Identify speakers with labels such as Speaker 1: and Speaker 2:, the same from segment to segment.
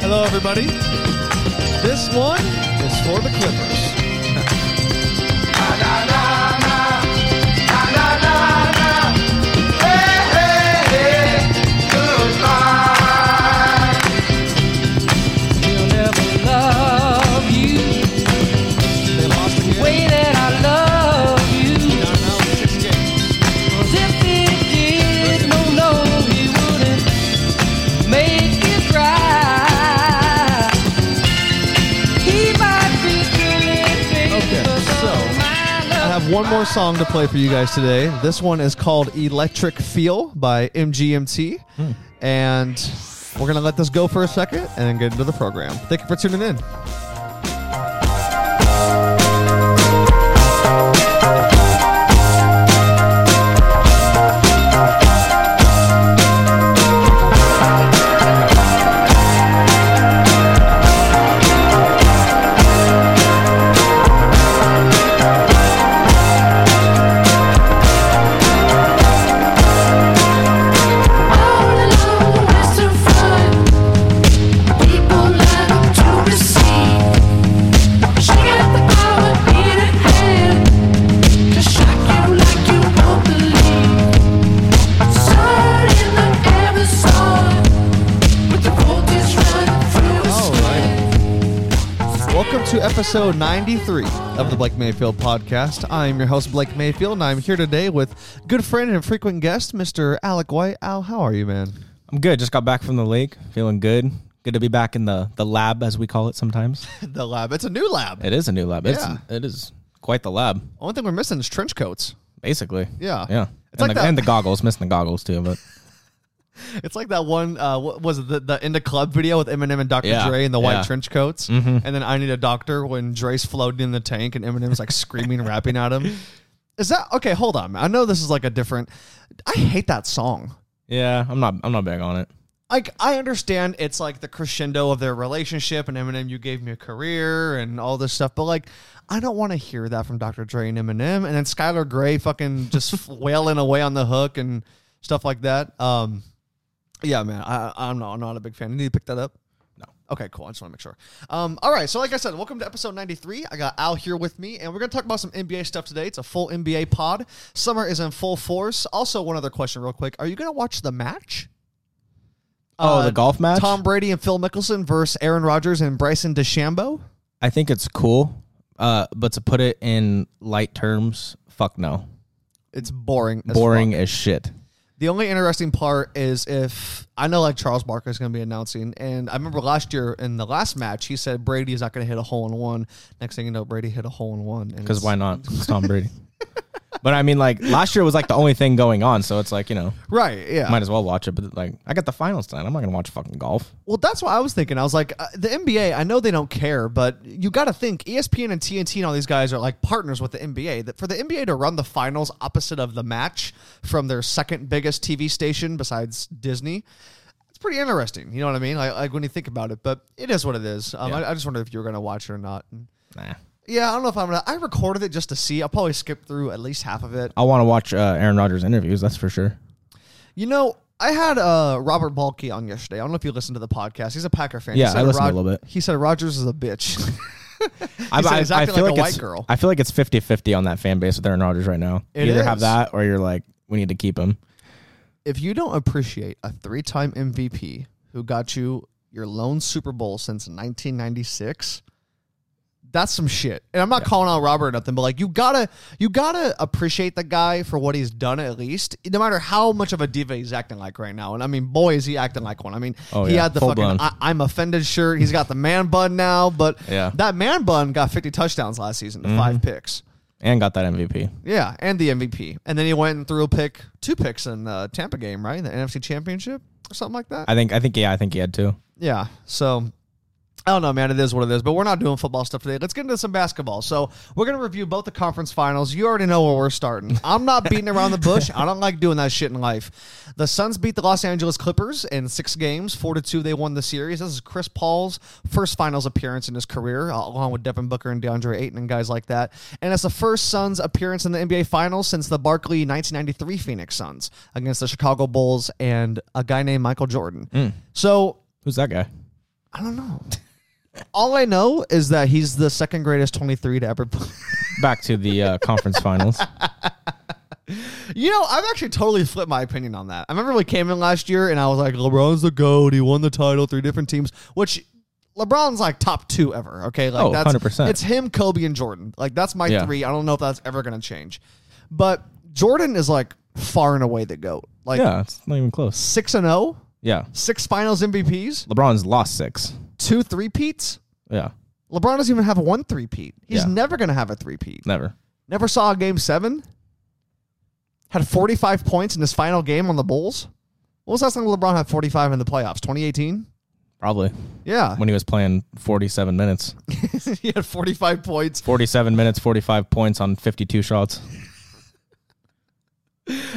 Speaker 1: Hello, everybody. This one is for the Clippers.
Speaker 2: They'll never love you
Speaker 1: They lost
Speaker 2: the
Speaker 1: again.
Speaker 2: way that I love you.
Speaker 1: Down now in six games.
Speaker 2: 'Cause if they did, no, no, he wouldn't make it right. He might be feeling
Speaker 1: Okay,
Speaker 2: things, but
Speaker 1: so,
Speaker 2: all my
Speaker 1: I
Speaker 2: love
Speaker 1: have one more song to play for you guys today. This one is called Electric Feel by MGMT. And we're going to let this go for a second and then get into the program. Thank you for tuning in. All right. Welcome to episode 93 of the Blake Mayfield podcast. I am your host, Blake Mayfield, and I'm here today with good friend and frequent guest, Mr. Alec White. Al, how are you, man?
Speaker 3: I'm good. Just got back from the lake, feeling good. Good to be back in the the lab, as we call it sometimes.
Speaker 1: The lab. It's a new lab.
Speaker 3: It is a new lab.
Speaker 1: Yeah.
Speaker 3: It's, it is quite the lab,
Speaker 1: Only thing we're missing is trench coats.
Speaker 3: basically.
Speaker 1: Yeah.
Speaker 3: yeah.
Speaker 1: It's
Speaker 3: and,
Speaker 1: like
Speaker 3: the,
Speaker 1: that-
Speaker 3: and the goggles, missing the goggles too, but
Speaker 1: It's like that one, uh, what was it, the, the In the Club video with Eminem and Dr.
Speaker 3: Yeah,
Speaker 1: Dre in the white
Speaker 3: yeah. Mm-hmm.
Speaker 1: trench coats. And then I Need a Doctor when Dre's floating in the tank and Eminem's like screaming, rapping at him. Is that okay? Hold on. I know this is like a different. I hate that song.
Speaker 3: yeah, I'm not I'm not big on it.
Speaker 1: like I understand it's like the crescendo of their relationship and Eminem you gave me a career and all this stuff, but like I don't want to hear that from Dr. Dre and Eminem and then Skylar Gray fucking just wailing away on the hook and stuff like that. Um yeah, man, I I'm not, I'm not a big fan. You need to pick that up.
Speaker 3: No.
Speaker 1: Okay, cool. I just want to make sure. Um, all right, so like I said, welcome to episode 93. I got Al here with me, and we're going to talk about some NBA stuff today. It's a full NBA pod. Summer is in full force. Also, one other question, real quick. Are you going to watch the match?
Speaker 3: Oh,
Speaker 1: Uh,
Speaker 3: the golf match?
Speaker 1: Tom Brady and Phil Mickelson versus Aaron Rodgers and Bryson DeChambeau.
Speaker 3: I think it's cool. Uh, but to put it in light terms, fuck no.
Speaker 1: It's boring. as
Speaker 3: Boring
Speaker 1: fuck.
Speaker 3: as shit.
Speaker 1: The only interesting part is if I know like Charles Barker is going to be announcing, and I remember last year in the last match he said Brady is not going to hit a hole in one. Next thing you know, Brady hit a hole in one.
Speaker 3: Because why not? It's Tom Brady. but I mean like last year was like the only thing going on, so it's like, you know,
Speaker 1: Right. Yeah.
Speaker 3: might as well watch it. But like I got the finals tonight. I'm not gonna watch fucking golf.
Speaker 1: Well, that's what I was thinking. I was like, uh, the NBA. I know they don't care, but you got to think E ESPN and TNT and all these guys are like partners with the NBA. That for the NBA to run the finals opposite of the match from their second biggest TV station besides Disney, it's pretty interesting. You know what I mean? Like, like when you think about it, but it is what it is. Um,
Speaker 3: Yeah.
Speaker 1: I, I just wondered if you were going to watch it or not. And-
Speaker 3: Nah.
Speaker 1: yeah, I don't know if I'm gonna. I recorded it just to see. I'll probably skip through at least half of it.
Speaker 3: I want to watch uh, Aaron Rodgers interviews. That's for sure.
Speaker 1: You know, I had uh, Robert Balky on yesterday. I don't know if you listened to the podcast. He's a Packer fan. He
Speaker 3: Yeah,
Speaker 1: said
Speaker 3: I listened a
Speaker 1: Rod-
Speaker 3: little bit.
Speaker 1: He said Rogers is a bitch.
Speaker 3: I,
Speaker 1: said he's acting like a white
Speaker 3: it's,
Speaker 1: girl.
Speaker 3: I feel like it's 50-50 on that fan base with Aaron Rodgers right now.
Speaker 1: It
Speaker 3: you either have
Speaker 1: is.
Speaker 3: that or you're like, we need to keep him.
Speaker 1: if you don't appreciate a three-time MVP who got you your lone Super Bowl since 1996, that's some shit. And I'm not calling out Robert or nothing, but like you gotta you gotta appreciate the guy for what he's done at least, no matter how much of a diva he's acting like right now. And I mean, boy, is he acting like one. I mean,
Speaker 3: Oh,
Speaker 1: he
Speaker 3: yeah.
Speaker 1: had the
Speaker 3: Full
Speaker 1: fucking
Speaker 3: blown.
Speaker 1: I, I'm offended shirt. He's got the man bun now, but
Speaker 3: Yeah. Mm-hmm.
Speaker 1: that man bun got 50 touchdowns last season to five picks.
Speaker 3: And got that MVP.
Speaker 1: Yeah, and the MVP. And then he went and threw a pick, two picks in the Tampa game, right? In the NFC Championship or something like that.
Speaker 3: I think, I think, yeah, I think he had two.
Speaker 1: yeah. So I don't know, man. It is what it is. But we're not doing football stuff today. Let's get into some basketball. So we're gonna review both the conference finals. You already know where we're starting. I'm not beating around the bush. I don't like doing that shit in life. The Suns beat the Los Angeles Clippers in six games, four to two. They won the series. This is Chris Paul's first finals appearance in his career, uh, along with Devin Booker and DeAndre Ayton and guys like that. And it's the first Suns appearance in the NBA Finals since the Barkley 1993 Phoenix Suns against the Chicago Bulls and a guy named Michael Jordan. So
Speaker 3: Who's that guy?
Speaker 1: I don't know. All I know is that he's the second greatest 23 to ever play.
Speaker 3: Back to the uh, conference finals.
Speaker 1: You know, I've actually totally flipped my opinion on that. I remember we came in last year and I was like, LeBron's the GOAT. He won the title, three different teams, which LeBron's like top two ever. Okay. Like
Speaker 3: Oh,
Speaker 1: that's
Speaker 3: 100%.
Speaker 1: It's him, Kobe, and Jordan. Like that's my
Speaker 3: Yeah.
Speaker 1: three. I don't know if that's ever going to change. But Jordan is like far and away the GOAT. Like
Speaker 3: Yeah, it's not even close.
Speaker 1: 6 and 0,
Speaker 3: Yeah,
Speaker 1: six finals MVPs,
Speaker 3: LeBron's lost six.
Speaker 1: two three peats.
Speaker 3: Yeah,
Speaker 1: LeBron doesn't even have one three peat. He's
Speaker 3: Yeah.
Speaker 1: never going to have a three peat.
Speaker 3: never.
Speaker 1: Never saw a game seven. Had 45 points in his final game on the Bulls. What was the last time LeBron had 45 in the playoffs? 2018?
Speaker 3: Probably
Speaker 1: Yeah.
Speaker 3: when he was playing 47 minutes,
Speaker 1: he had 45 points.
Speaker 3: 47 minutes, 45 points on 52 shots.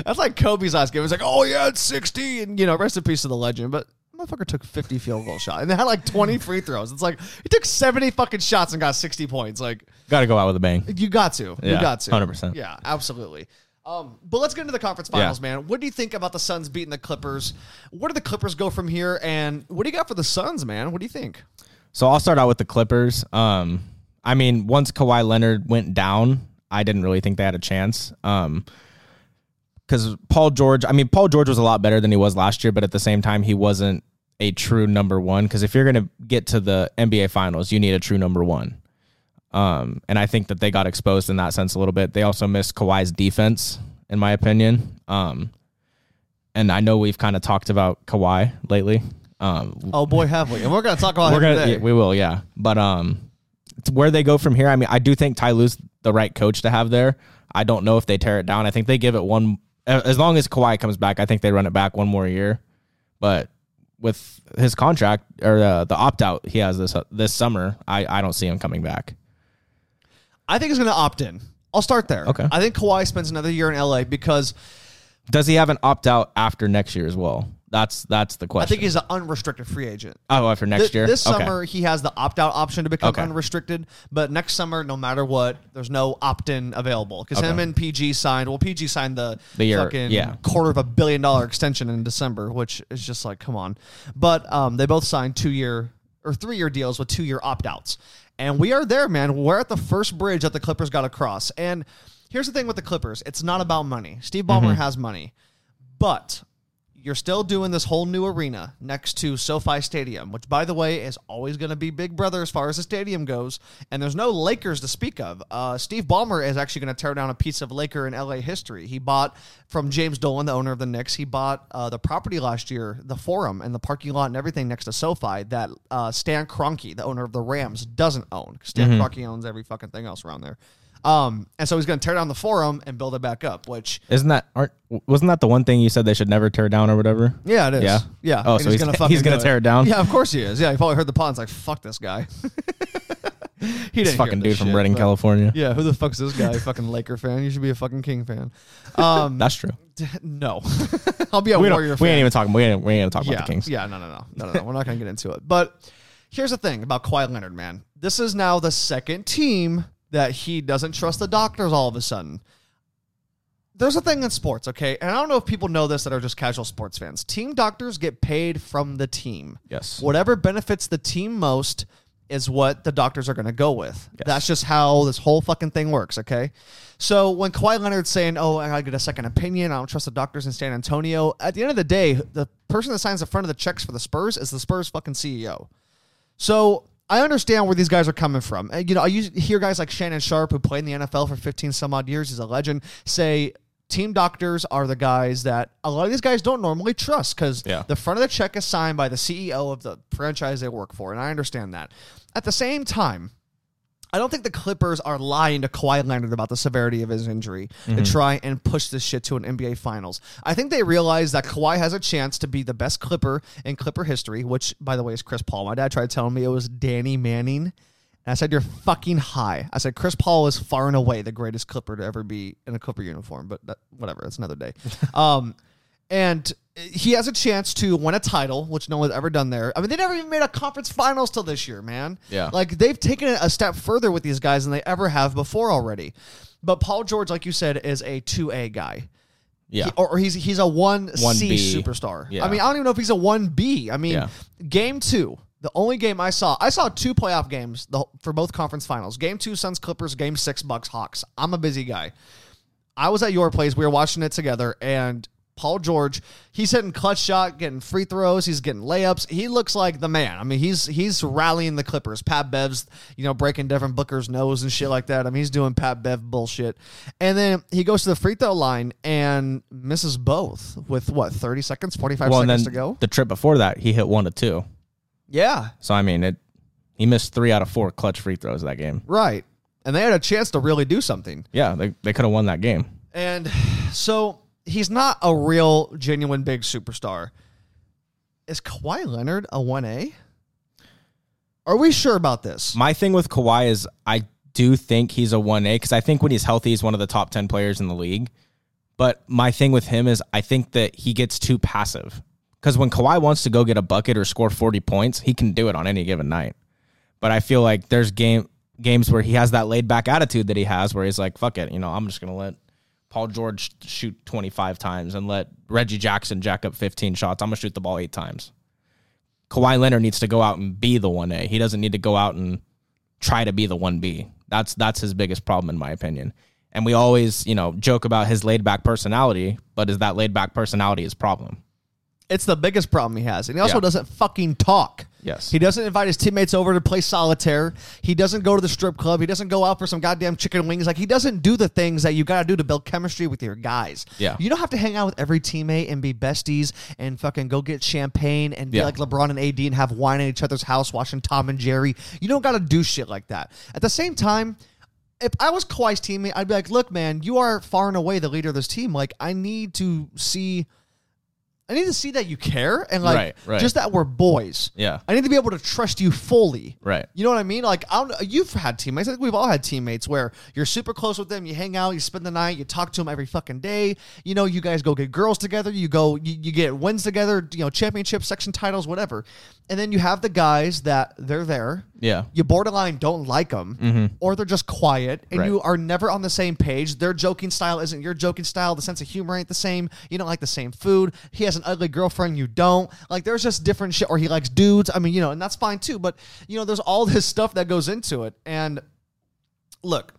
Speaker 1: That's like Kobe's last game. It was like, oh, yeah, it's 60. And, you know, rest in peace to the legend. But motherfucker took 50 field goal shot and they had like 20 free throws. It's like he took 70 fucking shots and got 60 points. Like,
Speaker 3: Got to go out with a bang.
Speaker 1: you got to. you
Speaker 3: Yeah,
Speaker 1: got to.
Speaker 3: 100%.
Speaker 1: Yeah, absolutely. Um, but let's get into the conference finals, man. What do you think about the Suns beating the Clippers? Where do the Clippers go from here? And what do you got for the Suns, man? What do you think?
Speaker 3: So I'll start out with the Clippers. Um, I mean, once Kawhi Leonard went down, I didn't really think they had a chance. Um, because Paul George, I mean, Paul George was a lot better than he was last year, but at the same time, he wasn't a true number one. Because if you're going to get to the NBA Finals, you need a true number one. Um, and I think that they got exposed in that sense a little bit. They also missed Kawhi's defense, in my opinion. Um, and I know we've kind of talked about Kawhi lately. Um,
Speaker 1: Oh boy, have we? And we're gonna talk about
Speaker 3: we're
Speaker 1: him
Speaker 3: gonna
Speaker 1: today.
Speaker 3: yeah, we will yeah but um it's where they go from here i mean i do think ty Lue's the right coach to have there i don't know if they tear it down i think they give it one a- as long as Kawhi comes back i think they run it back one more year but with his contract or uh, the opt out he has this uh, this summer i i don't see him coming back
Speaker 1: I think he's gonna opt in. I'll start there.
Speaker 3: Okay.
Speaker 1: I think Kawhi spends another year in LA because
Speaker 3: does he have an opt out after next year as well that's that's the
Speaker 1: I
Speaker 3: question
Speaker 1: think he's an unrestricted free agent.
Speaker 3: oh after next
Speaker 1: Th-
Speaker 3: year
Speaker 1: This
Speaker 3: Okay.
Speaker 1: summer he has the opt out option to become
Speaker 3: Okay.
Speaker 1: unrestricted, but next summer, no matter what, there's no opt in available because him
Speaker 3: Okay.
Speaker 1: and PG signed. Well, PG signed the,
Speaker 3: The year-
Speaker 1: fucking
Speaker 3: yeah.
Speaker 1: quarter of a billion dollar extension in December, which is just like, come on. But um, they both signed two year or three year deals with two year opt outs, and we are there, man. We're at the first bridge that the Clippers got across, and. Here's the thing with the Clippers. It's not about money. Steve Ballmer
Speaker 3: Mm-hmm.
Speaker 1: has money. But you're still doing this whole new arena next to SoFi Stadium, which, by the way, is always going to be Big Brother as far as the stadium goes. And there's no Lakers to speak of. Uh, Steve Ballmer is actually going to tear down a piece of Laker in LA history. He bought from James Dolan, the owner of the Knicks. He bought uh, the property last year, the Forum and the parking lot and everything next to SoFi that uh, Stan Kroenke, the owner of the Rams, doesn't own. Stan Kroenke owns every fucking thing else around there. Um, and so he's going to tear down the Forum and build it back up, which
Speaker 3: isn't that aren't wasn't that the one thing you said they should never tear down or whatever
Speaker 1: Yeah, it is.
Speaker 3: Yeah?
Speaker 1: yeah.
Speaker 3: Oh,
Speaker 1: And
Speaker 3: so he's- he's
Speaker 1: fucking
Speaker 3: gonna
Speaker 1: do
Speaker 3: tear it down?
Speaker 1: Yeah, of course he is. Yeah, he probably heard the pod. and It's like fuck this guy. he didn't
Speaker 3: this fucking
Speaker 1: hear
Speaker 3: dude
Speaker 1: this
Speaker 3: from
Speaker 1: shit,
Speaker 3: redding
Speaker 1: but-
Speaker 3: california
Speaker 1: Yeah, who the fuck's this guy? fucking Laker fan. You should be a fucking King fan. Um,
Speaker 3: that's true
Speaker 1: d- no, I'll be a
Speaker 3: we, don't,
Speaker 1: Warrior
Speaker 3: we ain't
Speaker 1: fan.
Speaker 3: even talking. We ain't, we ain't even talking
Speaker 1: yeah,
Speaker 3: about the Kings.
Speaker 1: yeah, no, no, no, no, no, no. We're not gonna get into it. But here's the thing about Kawhi Leonard, man. This is now the second team that he doesn't trust the doctors. All of a sudden, there's a thing in sports, okay? And I don't know if people know this that are just casual sports fans. Team doctors get paid from the team.
Speaker 3: Yes.
Speaker 1: Whatever benefits the team most is what the doctors are going to go with. That's just how this whole fucking thing works, okay? So when Kawhi Leonard's saying, oh, I got to get a second opinion, I don't trust the doctors in San Antonio, at the end of the day, the person that signs the front of the checks for the Spurs is the Spurs fucking E CEO. So I understand where these guys are coming from. And, you know, I used hear guys like Shannon Sharp, who played in the NFL for 15 some odd years, he's a legend, say team doctors are the guys that a lot of these guys don't normally trust because
Speaker 3: Yeah.
Speaker 1: the front of the check is signed by the CEO of the franchise they work for. And I understand that. At the same time, I don't think the Clippers are lying to Kawhi Leonard about the severity of his injury to try and push this shit to an NBA Finals. I think they realize that Kawhi has a chance to be the best Clipper in Clipper history, which, by the way, is Chris Paul. My dad tried telling me it was Danny Manning. And I said, You're fucking high. I said, Chris Paul is far and away the greatest Clipper to ever be in a Clipper uniform, but that, whatever, that's another day. um, and he has a chance to win a title, which no one's ever done there. I mean, they never even made a conference finals till this year, man.
Speaker 3: Yeah.
Speaker 1: Like they've taken it a step further with these guys than they ever have before already. But Paul George, like you said, is a two A guy.
Speaker 3: Yeah.
Speaker 1: He- or, or he's he's a one C
Speaker 3: 1B.
Speaker 1: superstar.
Speaker 3: Yeah.
Speaker 1: I mean, I don't even know if he's a one B. I mean,
Speaker 3: Yeah.
Speaker 1: game two, The only game I saw, I saw two playoff games the, for both conference finals. Game two, Suns Clippers. Game six, Bucks Hawks. I'm a busy guy. I was at your place. We were watching it together, and Paul George, he's hitting clutch shot, getting free throws, he's getting layups. He looks like the man. I mean, he's he's rallying the Clippers. Pat Bev's, you know, breaking Devin Booker's nose and shit like that. I mean, he's doing Pat Bev bullshit. And then he goes to the free throw line and misses both with what thirty seconds, forty five
Speaker 3: Well, and
Speaker 1: seconds
Speaker 3: then
Speaker 1: to go.
Speaker 3: the trip before that, he hit one to two.
Speaker 1: Yeah,
Speaker 3: So I mean, it he missed three out of four clutch free throws that game.
Speaker 1: right. And they had a chance to really do something.
Speaker 3: Yeah, they they could have won that game.
Speaker 1: And so he's not a real, genuine big superstar. Is Kawhi Leonard a 1A? Are we sure about this?
Speaker 3: My thing with Kawhi is I do think he's a 1A because I think when he's healthy, he's one of the top 10 players in the league. But my thing with him is I think that he gets too passive because when Kawhi wants to go get a bucket or score 40 points, he can do it on any given night. But I feel like there's game games where he has that laid back attitude that he has where he's like, fuck it, you know, I'm just going to let Paul George shoot 25 times and let Reggie Jackson jack up 15 shots. I'm going to shoot the ball eight times. Kawhi Leonard needs to go out and be the 1A. He doesn't need to go out and try to be the 1B. That's that's his biggest problem in my opinion. And we always, you know, joke about his laid back personality, but is that laid back personality his problem?
Speaker 1: It's the biggest problem he has. And he also
Speaker 3: Yeah.
Speaker 1: doesn't fucking talk.
Speaker 3: Yes.
Speaker 1: He doesn't invite his teammates over to play solitaire. He doesn't go to the strip club. He doesn't go out for some goddamn chicken wings. Like, he doesn't do the things that you got to do to build chemistry with your guys.
Speaker 3: Yeah.
Speaker 1: You don't have to hang out with every teammate and be besties and fucking go get champagne and be
Speaker 3: Yeah.
Speaker 1: like LeBron and AD and have wine at each other's house watching Tom and Jerry. You don't got to do shit like that. At the same time, if I was Kawhi's teammate, I'd be like, look, man, you are far and away the leader of this team. Like, I need to see. I need to see that you care and like
Speaker 3: Right, right.
Speaker 1: just that we're boys.
Speaker 3: Yeah.
Speaker 1: I need to be able to trust you fully.
Speaker 3: Right.
Speaker 1: You know what I mean? Like I don't, you've had teammates. I think we've all had teammates where you're super close with them. You hang out. You spend the night. You talk to them every fucking day. You know, you guys go get girls together. You go. You, you get wins together. You know, championships, section titles, whatever. And then you have the guys that they're there.
Speaker 3: Yeah. Mm-hmm.
Speaker 1: You borderline don't like them, or they're just quiet, and
Speaker 3: Right.
Speaker 1: you are never on the same page. Their joking style isn't your joking style. The sense of humor ain't the same. You don't like the same food. He has an ugly girlfriend. You don't. Like, there's just different shit. Or he likes dudes. I mean, you know, and that's fine too. But, you know, there's all this stuff that goes into it. And look,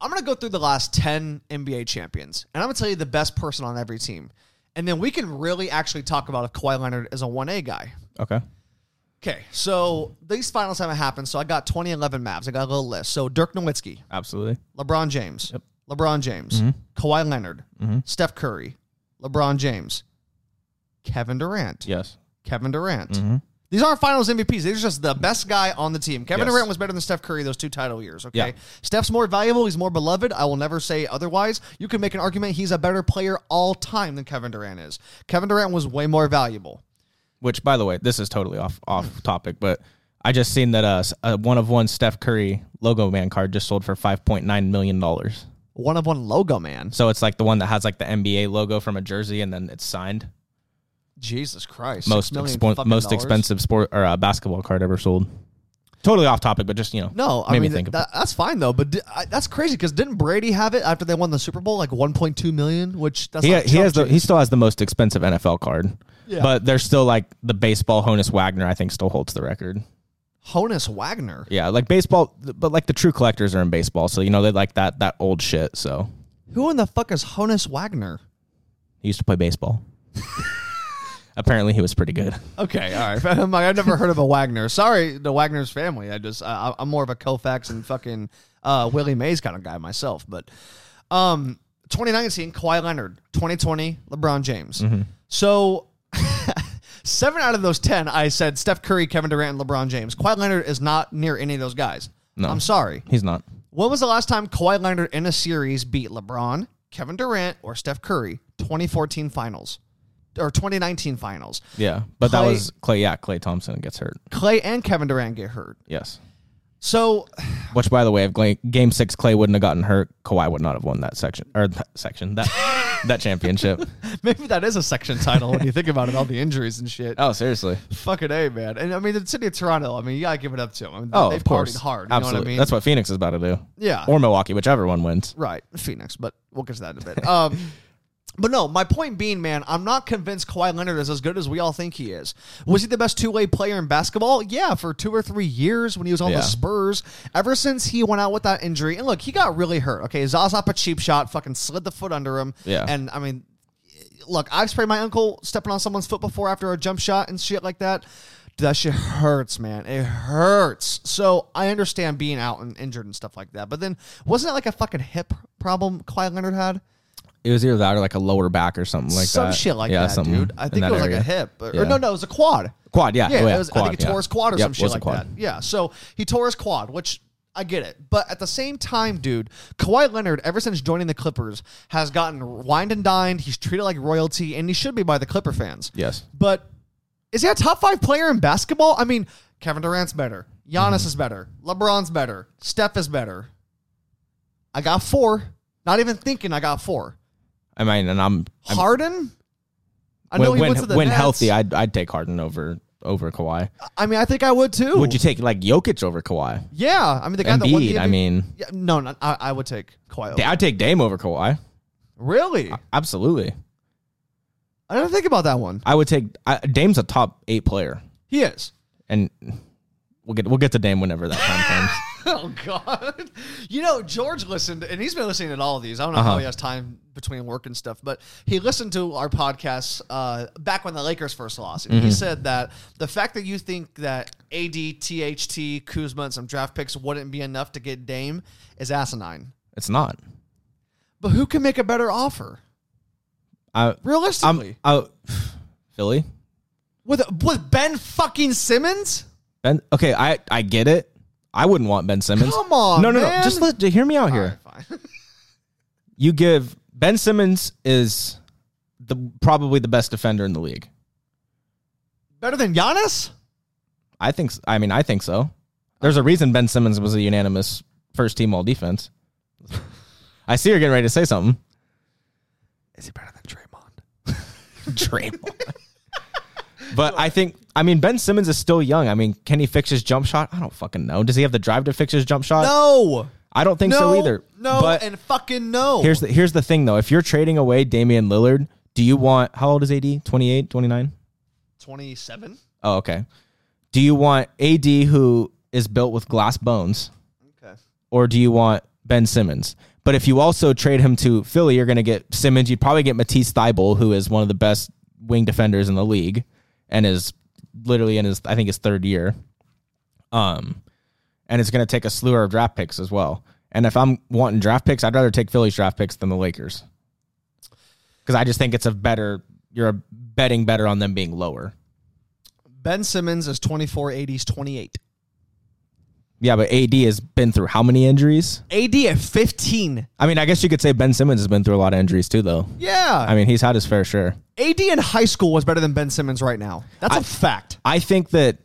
Speaker 1: I'm going to go through the last 10 NBA champions, and I'm going to tell you the best person on every team. And then we can really actually talk about if Kawhi Leonard is a 1A guy.
Speaker 3: Okay.
Speaker 1: Okay, so these finals haven't happened. So I got 2011 maps. I got a little list. So Dirk Nowitzki,
Speaker 3: Absolutely.
Speaker 1: LeBron James, LeBron James,
Speaker 3: Mm-hmm.
Speaker 1: Kawhi Leonard, Steph Curry, LeBron James, Kevin Durant,
Speaker 3: Yes.
Speaker 1: Kevin Durant.
Speaker 3: Mm-hmm.
Speaker 1: These aren't finals MVPs. These are just the best guy on the team. Kevin
Speaker 3: Yes.
Speaker 1: Durant was better than Steph Curry those two title years, okay?
Speaker 3: Yeah.
Speaker 1: Steph's more valuable. He's more beloved. I will never say otherwise. You can make an argument he's a better player all time than Kevin Durant is. Kevin Durant was way more valuable.
Speaker 3: Which by the way, this is totally off off topic, but I just seen that uh, s- a one of one Steph Curry logo man card just sold for 5.9 million dollars.
Speaker 1: One of one logo, man.
Speaker 3: So it's like the one that has like the NBA logo from a jersey and then it's signed.
Speaker 1: Jesus Christ.
Speaker 3: most
Speaker 1: Six million
Speaker 3: expo-
Speaker 1: fucking
Speaker 3: most
Speaker 1: dollars.
Speaker 3: expensive sport or uh, basketball card ever sold. Totally off topic, but just you know,
Speaker 1: No, I
Speaker 3: made
Speaker 1: mean
Speaker 3: me think
Speaker 1: that,
Speaker 3: of
Speaker 1: that's fine though. But di- I, that's crazy because didn't Brady have it after they won the Super Bowl like 1.2 million? Which that's
Speaker 3: it.
Speaker 1: not
Speaker 3: He, he has the,
Speaker 1: jump
Speaker 3: he still has the most expensive NFL card,
Speaker 1: Yeah.
Speaker 3: but there's still like the baseball Honus Wagner. I think still holds the record.
Speaker 1: Honus Wagner.
Speaker 3: Yeah, like baseball, but like the true collectors are in baseball, so you know they like that that old shit. So
Speaker 1: Who in the fuck is Honus Wagner?
Speaker 3: he used to play baseball. Apparently, he was pretty good.
Speaker 1: Okay, all right. I'm like, I've never heard of a Wagner. Sorry, the Wagner's family. I just I, I'm more of a Koufax and fucking uh, Willie Mays kind of guy myself. But um, 2019, Kawhi Leonard. 2020, LeBron James. So. Seven out of those ten, I said Steph Curry, Kevin Durant, and LeBron James. Kawhi Leonard is not near any of those guys.
Speaker 3: No.
Speaker 1: I'm sorry.
Speaker 3: He's not.
Speaker 1: When was the last time Kawhi Leonard in a series beat LeBron, Kevin Durant, or Steph Curry? 2014 finals or 2019 finals.
Speaker 3: Yeah, but that
Speaker 1: Clay-
Speaker 3: was Clay. Yeah, Clay Thompson gets hurt.
Speaker 1: Clay and Kevin Durant get hurt.
Speaker 3: Yes.
Speaker 1: So,
Speaker 3: Which, by the way, if Clay- Game Six Clay wouldn't have gotten hurt, Kawhi would not have won that section or that section that that championship.
Speaker 1: maybe that is a section title when you think about it, all the injuries and shit.
Speaker 3: Oh, seriously?
Speaker 1: Fucking A, man. And I mean, the city of Toronto, I mean, you gotta give it up to them. I mean,
Speaker 3: Oh,
Speaker 1: they
Speaker 3: of course.
Speaker 1: partied hard. You
Speaker 3: Absolutely.
Speaker 1: know what I mean?
Speaker 3: That's what Phoenix is about to do.
Speaker 1: Yeah.
Speaker 3: Or Milwaukee, whichever one wins.
Speaker 1: Right, Phoenix, but we'll get to that in a bit. Um, But no, my point being, man, I'm not convinced Kawhi Leonard is as good as we all think he is. Was he the best two way player in basketball? Yeah, for two or three years when he was on
Speaker 3: Yeah.
Speaker 1: the Spurs. Ever since he went out with that injury, and look, he got really hurt. Okay, Zaza up a cheap shot, fucking slid the foot under him.
Speaker 3: Yeah.
Speaker 1: and I mean, look, I've sprayed my uncle stepping on someone's foot before after a jump shot and shit like that. Dude, That shit hurts, man. It hurts. So I understand being out and injured and stuff like that. But then, wasn't it like a fucking hip problem Kawhi Leonard had?
Speaker 3: It was either that or like a lower back or something like
Speaker 1: some
Speaker 3: that.
Speaker 1: shit like
Speaker 3: yeah,
Speaker 1: that,
Speaker 3: something
Speaker 1: dude. I
Speaker 3: in
Speaker 1: think it
Speaker 3: that
Speaker 1: was
Speaker 3: area.
Speaker 1: like a hip, or, or
Speaker 3: Yeah.
Speaker 1: no, no, it was a quad.
Speaker 3: Quad, yeah.
Speaker 1: Yeah,
Speaker 3: oh, yeah.
Speaker 1: it was, I
Speaker 3: quad,
Speaker 1: think he
Speaker 3: yeah.
Speaker 1: tore his quad or
Speaker 3: Yep,
Speaker 1: some shit
Speaker 3: was a
Speaker 1: like
Speaker 3: quad.
Speaker 1: that. Yeah, so he tore his quad, which I get it. But at the same time, dude, Kawhi Leonard, ever since joining the Clippers, has gotten wined and dined. He's treated like royalty, and he should be by the Clipper fans.
Speaker 3: Yes.
Speaker 1: But is he a top five player in basketball? I mean, Kevin Durant's better. Giannis
Speaker 3: Mm-hmm.
Speaker 1: is better. LeBron's better. Steph is better. I got four. Not even thinking, I got four.
Speaker 3: I mean, and I'm, I'm
Speaker 1: Harden. I know
Speaker 3: when
Speaker 1: he
Speaker 3: when,
Speaker 1: went to the
Speaker 3: when
Speaker 1: Nets.
Speaker 3: healthy, I'd I'd take Harden over over Kawhi.
Speaker 1: I mean, I think I would too.
Speaker 3: Would you take like Jokic over Kawai?
Speaker 1: Yeah, I mean the guy that won the
Speaker 3: Embiid, I
Speaker 1: MVP
Speaker 3: mean,
Speaker 1: yeah, no, no, I, I would take Kawhi. over.
Speaker 3: I'd take Dame over Kawhi.
Speaker 1: Really?
Speaker 3: Absolutely,
Speaker 1: I didn't think about that one.
Speaker 3: I would take I, Dame's a top eight player,
Speaker 1: He is.
Speaker 3: and we'll get we'll get to Dame whenever that time comes.
Speaker 1: Oh God! You know George listened, and he's been listening to all of these. I don't know
Speaker 3: Uh-huh.
Speaker 1: how he has time between work and stuff, but he listened to our podcasts uh, back when the Lakers first lost. And
Speaker 3: Mm-hmm.
Speaker 1: He said that the fact that you think that AD, THT, Kuzma, and some draft picks wouldn't be enough to get Dame is asinine.
Speaker 3: It's not.
Speaker 1: But who can make a better offer?
Speaker 3: I,
Speaker 1: Realistically,
Speaker 3: I'm I, Philly.
Speaker 1: with with Ben fucking Simmons.
Speaker 3: Ben, okay, I I get it. I wouldn't want Ben Simmons.
Speaker 1: Come on,
Speaker 3: no, no,
Speaker 1: man.
Speaker 3: no. Just let, hear me out here.
Speaker 1: All right, fine.
Speaker 3: you give Ben Simmons is the probably the best defender in the league.
Speaker 1: Better than Giannis?
Speaker 3: I think. s- I mean, I think so. There's a reason Ben Simmons was a unanimous first team all defense. I see you're getting ready to say something.
Speaker 1: Is he better than Draymond?
Speaker 3: Draymond. but I think. I mean, Ben Simmons is still young. I mean, can he fix his jump shot? I don't fucking know. Does he have the drive to fix his jump shot?
Speaker 1: No.
Speaker 3: I don't think
Speaker 1: no,
Speaker 3: so either.
Speaker 1: No,
Speaker 3: But
Speaker 1: and fucking no.
Speaker 3: here's the here's the thing though. If you're trading away Damian Lillard, do you want how old is AD? 28, 29?
Speaker 1: 27.
Speaker 3: Oh, okay. Do you want AD who is built with glass bones,
Speaker 1: Okay.
Speaker 3: or do you want Ben Simmons? But if you also trade him to Philly, you're going to get Simmons. You'd probably get Matisse Thybulle, who is one of the best wing defenders in the league, and is literally in his I think his third year. Um, and it's going to take a slew of draft picks as well. And if I'm wanting draft picks, I'd rather take Philly's draft picks than the Lakers, because I just think it's a better. You're betting better on them being lower.
Speaker 1: Ben Simmons is 24, AD's 28.
Speaker 3: Yeah, but AD has been through how many injuries?
Speaker 1: AD at 15.
Speaker 3: I mean, I guess you could say Ben Simmons has been through a lot of injuries too, though.
Speaker 1: Yeah.
Speaker 3: I mean, he's had his fair share.
Speaker 1: AD in high school was better than Ben Simmons right now. That's a fact.
Speaker 3: I think that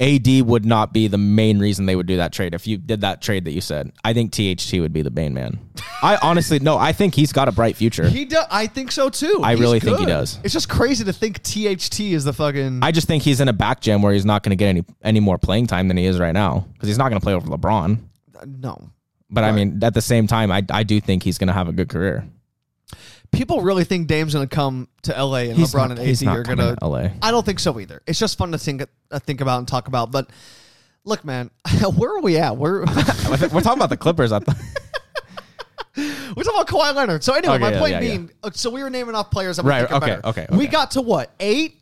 Speaker 3: AD would not be the main reason they would do that trade if you did that trade that you said. I think THT would be the main man. I honestly no, I think he's got a bright future.
Speaker 1: He does. I think so too.
Speaker 3: I
Speaker 1: He's
Speaker 3: really think he
Speaker 1: good.
Speaker 3: does.
Speaker 1: It's just crazy to think THT is the fucking.
Speaker 3: I just think he's in a back jam where he's not going to get any any more playing time than he is right now because he's not going to play over LeBron.
Speaker 1: no.
Speaker 3: But I mean, at the same time, I I do think he's going to have a good career.
Speaker 1: People really think Dame's going to come to LA and
Speaker 3: He's
Speaker 1: LeBron
Speaker 3: not-
Speaker 1: and
Speaker 3: he's
Speaker 1: AD
Speaker 3: not
Speaker 1: are going
Speaker 3: coming
Speaker 1: to
Speaker 3: to LA.
Speaker 1: I don't think so either. It's just fun to think uh, think about and talk about. But look, man, where are we at? We're
Speaker 3: We're talking about the Clippers. I thought.
Speaker 1: we're talking about Kawhi Leonard. So anyway,
Speaker 3: Okay,
Speaker 1: my
Speaker 3: yeah,
Speaker 1: point
Speaker 3: yeah, yeah.
Speaker 1: being, uh, so we were naming off players. That
Speaker 3: Right,
Speaker 1: We think are
Speaker 3: okay,
Speaker 1: better.
Speaker 3: okay,
Speaker 1: We
Speaker 3: okay.
Speaker 1: got to what eight,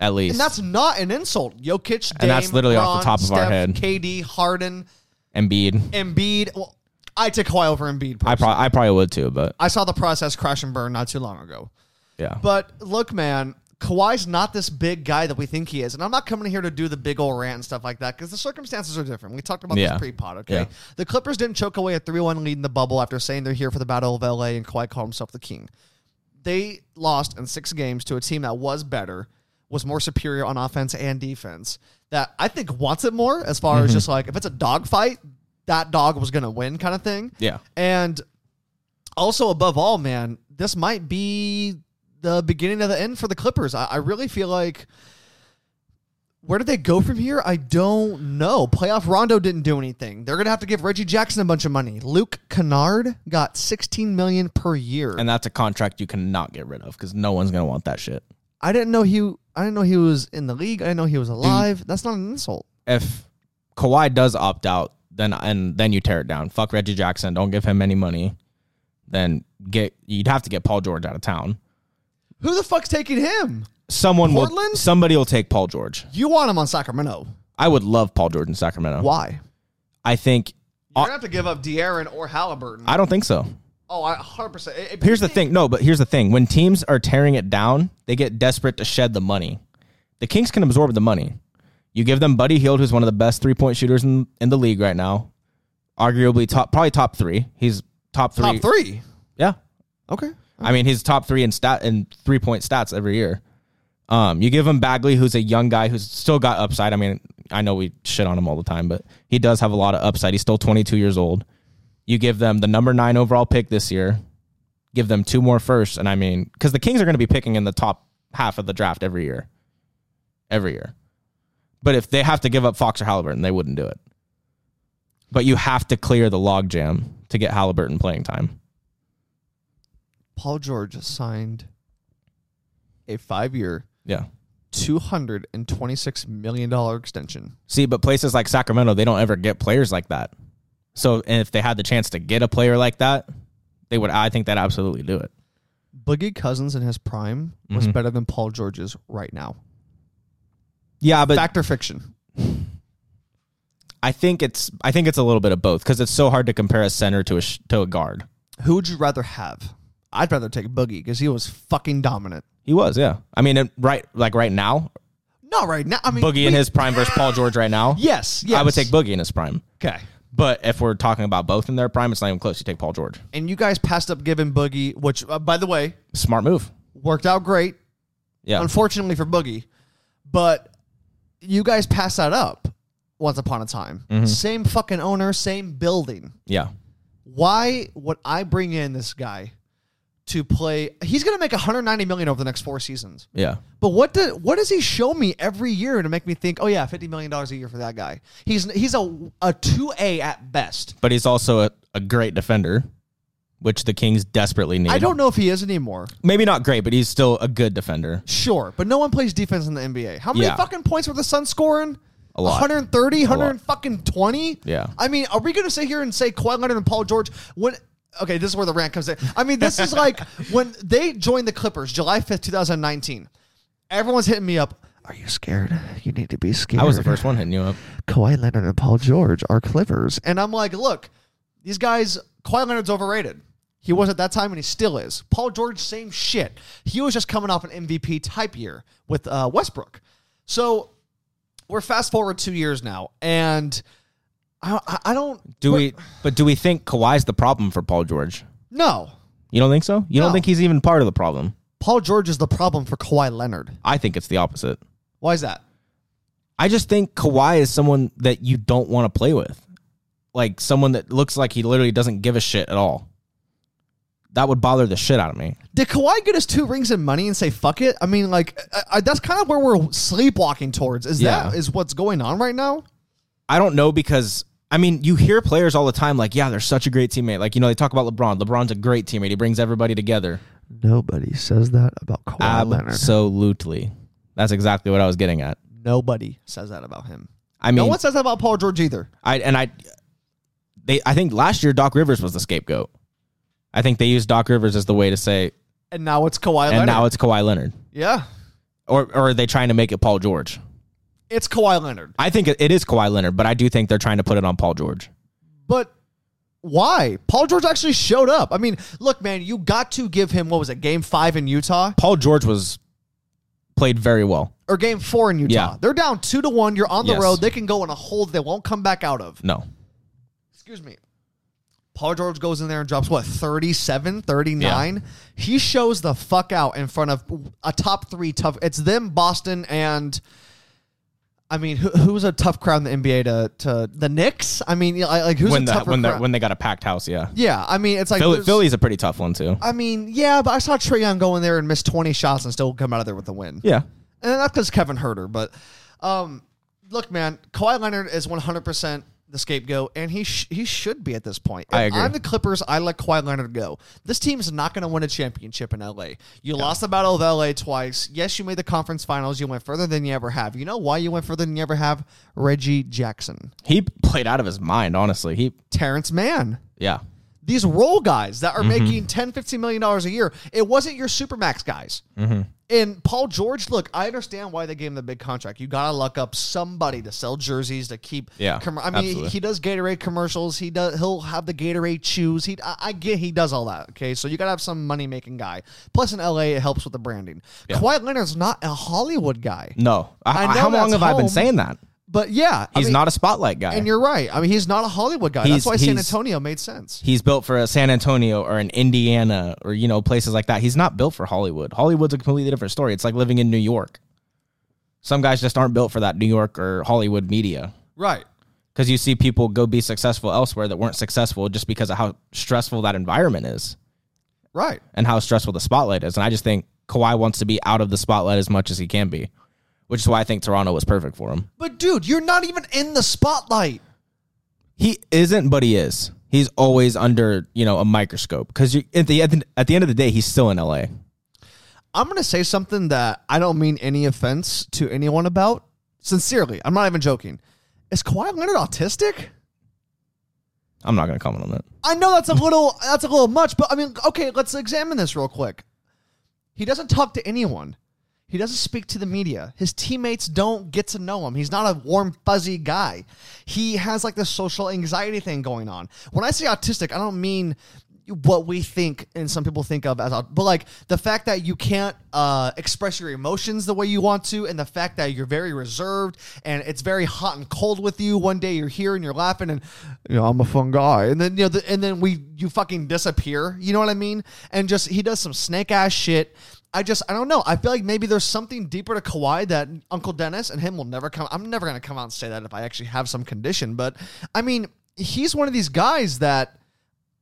Speaker 3: At least
Speaker 1: and that's not an insult. Jokic, Dame,
Speaker 3: And that's literally off the
Speaker 1: Bron,
Speaker 3: top of our
Speaker 1: Steph,
Speaker 3: head.
Speaker 1: KD, Harden,
Speaker 3: Embiid.
Speaker 1: Embiid. Well, I take Kawhi over Embiid.
Speaker 3: I
Speaker 1: Personally.
Speaker 3: pro- I probably would too, but
Speaker 1: I saw the process crash and burn not too long ago.
Speaker 3: yeah.
Speaker 1: But look, man, Kawhi's not this big guy that we think he is. And I'm not coming here to do the big old rant and stuff like that because the circumstances are different. We talked about
Speaker 3: Yeah.
Speaker 1: this pre pod, okay?
Speaker 3: Yeah.
Speaker 1: The Clippers didn't choke away a 3 1 lead in the bubble after saying they're here for the Battle of LA and Kawhi called himself the king. They lost in six games to a team that was better, was more superior on offense and defense, that I think wants it more as far
Speaker 3: Mm-hmm.
Speaker 1: as just like if it's a dog fight, that dog was going to win kind of thing.
Speaker 3: Yeah.
Speaker 1: And also above all, man, this might be the beginning of the end for the Clippers. I, I really feel like Where do they go from here? I don't know. Playoff Rondo didn't do anything. They're gonna have to give Reggie Jackson a bunch of money. Luke Kennard got sixteen million per year.
Speaker 3: and that's a contract you cannot get rid of because no one's gonna want that shit.
Speaker 1: I didn't know he. I didn't know he was in the league. I didn't know he was alive. That's not an insult.
Speaker 3: If Kawhi does opt out, then and then you tear it down. Fuck Reggie Jackson. Don't give him any money. Then get you'd have to get Paul George out of town.
Speaker 1: Who the fuck's taking him?
Speaker 3: Someone will
Speaker 1: Portland?
Speaker 3: somebody will take Paul George.
Speaker 1: You want him on Sacramento?
Speaker 3: I would love Paul George in Sacramento.
Speaker 1: Why?
Speaker 3: I think
Speaker 1: You're gonna have to give up De'Aaron or Halliburton.
Speaker 3: Uh, I don't think so.
Speaker 1: oh, I 100. percent
Speaker 3: Here's the thing. No, but here's the thing. When teams are tearing it down, they get desperate to shed the money. The Kings can absorb the money. You give them Buddy Hield, who's one of the best three point shooters in, in the league right now, arguably top, probably top three. He's top three.
Speaker 1: Top three.
Speaker 3: Yeah,
Speaker 1: Okay.
Speaker 3: I mean he's top three in stat in three point stats every year. Um, you give him Bagley, who's a young guy who's still got upside. I mean, I know we shit on him all the time, but he does have a lot of upside. He's still 22 years old. You give them the number nine overall pick this year, give them two more firsts, and I mean, because the Kings are going to be picking in the top half of the draft every year, every year. But if they have to give up Fox or Halliburton, they wouldn't do it. But you have to clear the logjam to get Halliburton playing time.
Speaker 1: Paul George signed a five-year,
Speaker 3: Yeah.
Speaker 1: two hundred and twenty-six million dollar extension.
Speaker 3: See, but places like Sacramento, they don't ever get players like that. So, and if they had the chance to get a player like that, they would. I think that absolutely do it.
Speaker 1: Boogie Cousins in his prime was
Speaker 3: Mm-hmm.
Speaker 1: better than Paul George's right now.
Speaker 3: Yeah, but
Speaker 1: Fact or fiction?
Speaker 3: I think it's. I think it's a little bit of both because it's so hard to compare a center to a sh- to a guard.
Speaker 1: Who would you rather have? I'd rather take Boogie because he was fucking dominant.
Speaker 3: He was, yeah. I mean, it, right, like right now,
Speaker 1: Not right now. I mean,
Speaker 3: Boogie in
Speaker 1: we-
Speaker 3: his prime versus Paul George right now.
Speaker 1: Yes, yes.
Speaker 3: I would take Boogie in his prime.
Speaker 1: Okay.
Speaker 3: But if we're talking about both in their prime, it's not even close. You take Paul George.
Speaker 1: And you guys passed up giving Boogie, which, uh, by the way,
Speaker 3: Smart move.
Speaker 1: worked out great.
Speaker 3: Yeah.
Speaker 1: unfortunately for Boogie. But you guys passed that up once upon a time. Same fucking owner, same building.
Speaker 3: yeah.
Speaker 1: Why would I bring in this guy to play? He's going to make 190 million over the next four seasons.
Speaker 3: Yeah.
Speaker 1: But what do, what does he show me every year to make me think, oh yeah, 50 million dollars a year for that guy? He's he's a a 2A at best.
Speaker 3: But he's also a, a great defender, which the Kings desperately need.
Speaker 1: I don't know if he is anymore.
Speaker 3: maybe not great, but he's still a good defender.
Speaker 1: Sure, but no one plays defense in the NBA. How many
Speaker 3: Yeah.
Speaker 1: fucking points were the Suns scoring?
Speaker 3: A lot.
Speaker 1: 130,
Speaker 3: lot.
Speaker 1: 120?
Speaker 3: Yeah.
Speaker 1: I mean, are we going to sit here and say Kawhi Leonard and Paul George when Okay, this is where the rant comes in. I mean, this is like when they joined the Clippers July 5th, 2019. Everyone's hitting me up. Are you scared? You need to be scared.
Speaker 3: I was the first one hitting you up.
Speaker 1: Kawhi Leonard and Paul George are Clippers. And I'm like, look, these guys, Kawhi Leonard's overrated. He was at that time and he still is. Paul George, same shit. He was just coming off an MVP type year with uh, Westbrook. So we're fast forward two years now. And I, I- I don't.
Speaker 3: Do we? But do we think Kawhi's the problem for Paul George?
Speaker 1: No.
Speaker 3: You don't think so? You don't
Speaker 1: No.
Speaker 3: think he's even part of the problem?
Speaker 1: Paul George is the problem for Kawhi Leonard.
Speaker 3: I think it's the opposite.
Speaker 1: Why is that?
Speaker 3: I just think Kawhi is someone that you don't want to play with, like someone that looks like he literally doesn't give a shit at all. That would bother the shit out of me.
Speaker 1: Did Kawhi get his two rings and money and say fuck it? I mean, like, I, I, that's kind of where we're sleepwalking towards. Is that
Speaker 3: Yeah.
Speaker 1: is what's going on right now?
Speaker 3: I don't know because I mean, you hear players all the time like, yeah, they're such a great teammate. Like, you know, they talk about LeBron. LeBron's a great teammate. He brings everybody together.
Speaker 1: Nobody says that about Kawhi Leonard.
Speaker 3: Absolutely. That's exactly what I was getting at.
Speaker 1: Nobody says that about him.
Speaker 3: I mean,
Speaker 1: no one says that about Paul George either.
Speaker 3: I and I they I think last year Doc Rivers was the scapegoat. I think they used Doc Rivers as the way to say
Speaker 1: And now it's Kawhi
Speaker 3: and
Speaker 1: Leonard.
Speaker 3: now it's Kawhi Leonard.
Speaker 1: yeah,
Speaker 3: Or or are they trying to make it Paul George?
Speaker 1: it's Kawhi Leonard.
Speaker 3: I think it, it is Kawhi Leonard, but I do think they're trying to put it on Paul George.
Speaker 1: But why? Paul George actually showed up. I mean, look, man, you got to give him what was it, Game Five in Utah
Speaker 3: Paul George was played very well.
Speaker 1: or Game Four in Utah?
Speaker 3: Yeah.
Speaker 1: They're down two to one. You're on the
Speaker 3: Yes.
Speaker 1: road. They can go in a hole they won't come back out of.
Speaker 3: No.
Speaker 1: Excuse me. Paul George goes in there and drops what 37, 39. He shows the fuck out in front of a top three tough. It's them, Boston, and I mean, who, who's a tough crowd in the NBA to to the Knicks? I mean, yeah, like like, who's
Speaker 3: when
Speaker 1: a
Speaker 3: the,
Speaker 1: tougher
Speaker 3: when the,
Speaker 1: crowd?
Speaker 3: when they got a packed house, yeah.
Speaker 1: yeah, I mean, it's like
Speaker 3: Philly,
Speaker 1: there's-
Speaker 3: Philly's a pretty tough one too.
Speaker 1: I mean, yeah, but I saw Trey Young go in there and miss twenty shots and still come out of there with a win.
Speaker 3: Yeah.
Speaker 1: and that's because Kevin Herter. But Um, look, man, Kawhi Leonard is 100% the scapegoat, and he sh- he should be at this point. If
Speaker 3: I agree.
Speaker 1: I'm the Clippers. I let Kawhi Leonard go. This team's not going to win a championship in LA. You lost the Battle of LA twice. Yes, you made the conference finals. You went further than you ever have. You know why you went further than you ever have? Reggie Jackson,
Speaker 3: He played out of his mind, honestly. He
Speaker 1: Terrence Mann.
Speaker 3: yeah.
Speaker 1: These role guys that are
Speaker 3: Mm-hmm.
Speaker 1: making 10, 15 million dollars a year. It wasn't your supermax guys.
Speaker 3: Mm-hmm.
Speaker 1: And Paul George, look, I understand why they gave him the big contract. You gotta luck up somebody to sell jerseys to keep.
Speaker 3: Yeah,
Speaker 1: comm- I mean,
Speaker 3: absolutely.
Speaker 1: he does Gatorade commercials. He does. He'll have the Gatorade shoes. He, I, I get, he does all that. Okay, so you gotta have some money making guy. Plus, in LA, it helps with the branding. Kawhi Leonard's not a Hollywood guy,
Speaker 3: No.
Speaker 1: I
Speaker 3: I,
Speaker 1: know
Speaker 3: how long
Speaker 1: that's
Speaker 3: have I
Speaker 1: home.
Speaker 3: been saying that?
Speaker 1: but yeah, I
Speaker 3: He's
Speaker 1: mean,
Speaker 3: not a spotlight guy.
Speaker 1: And you're right. I mean, he's not a Hollywood guy. That's
Speaker 3: He's-
Speaker 1: why San
Speaker 3: he's-
Speaker 1: Antonio made sense.
Speaker 3: he's built for a San Antonio or an Indiana or you know places like that. He's not built for Hollywood. Hollywood's a completely different story. It's like living in New York. Some guys just aren't built for that New York or Hollywood media
Speaker 1: Right.
Speaker 3: because you see people go be successful elsewhere that weren't successful just because of how stressful that environment is
Speaker 1: Right.
Speaker 3: and how stressful the spotlight is. And I just think Kawhi wants to be out of the spotlight as much as he can be, which is why I think Toronto was perfect for him.
Speaker 1: But dude, you're not even in the spotlight.
Speaker 3: He isn't, but he is. He's always under you know a microscope because at the, at the at the end of the day, he's still in LA.
Speaker 1: I'm going to say something that I don't mean any offense to anyone about. Sincerely, I'm not even joking. Is Kawhi Leonard autistic?
Speaker 3: I'm not going to comment on that.
Speaker 1: I know that's a little that's a little much, but I mean, okay, let's examine this real quick. He doesn't talk to anyone. He doesn't speak to the media. His teammates don't get to know him. He's not a warm, fuzzy guy. He has like this social anxiety thing going on. When I say autistic, I don't mean what we think and some people think of as, aut- but like the fact that you can't uh, express your emotions the way you want to, and the fact that you're very reserved and it's very hot and cold with you. One day you're here and you're laughing, and you know I'm a fun guy, and then you know, the, and then we you fucking disappear. You know what I mean? And just he does some snake ass shit. I just I don't know. I feel like maybe there's something deeper to Kawhi that Uncle Dennis and him will never come. I'm never gonna come out and say that if I actually have some condition. But I mean, he's one of these guys that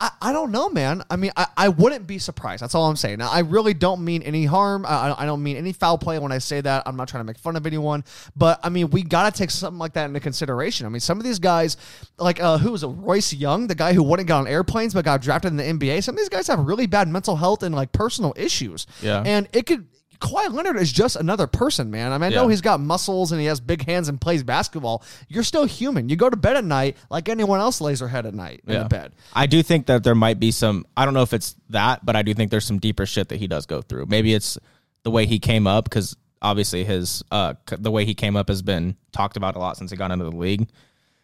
Speaker 1: I, I don't know, man. I mean, I, I wouldn't be surprised. That's all I'm saying. Now, I really don't mean any harm. I, I- I don't mean any foul play when I say that. I'm not trying to make fun of anyone. But I mean, we got to take something like that into consideration. I mean, some of these guys, like uh, who was it? Royce Young, the guy who wouldn't get on airplanes but got drafted in the NBA. Some of these guys have really bad mental health and like personal issues.
Speaker 3: Yeah.
Speaker 1: And it could. Kawhi Leonard is just another person, man. I mean, I know
Speaker 3: Yeah.
Speaker 1: he's got muscles and he has big hands and plays basketball. You're still human. You go to bed at night like anyone else lays their head at night in the bed.
Speaker 3: I do think that there might be some. I don't know if it's that, but I do think there's some deeper shit that he does go through. Maybe it's the way he came up because obviously his uh c- the way he came up has been talked about a lot since he got into the league.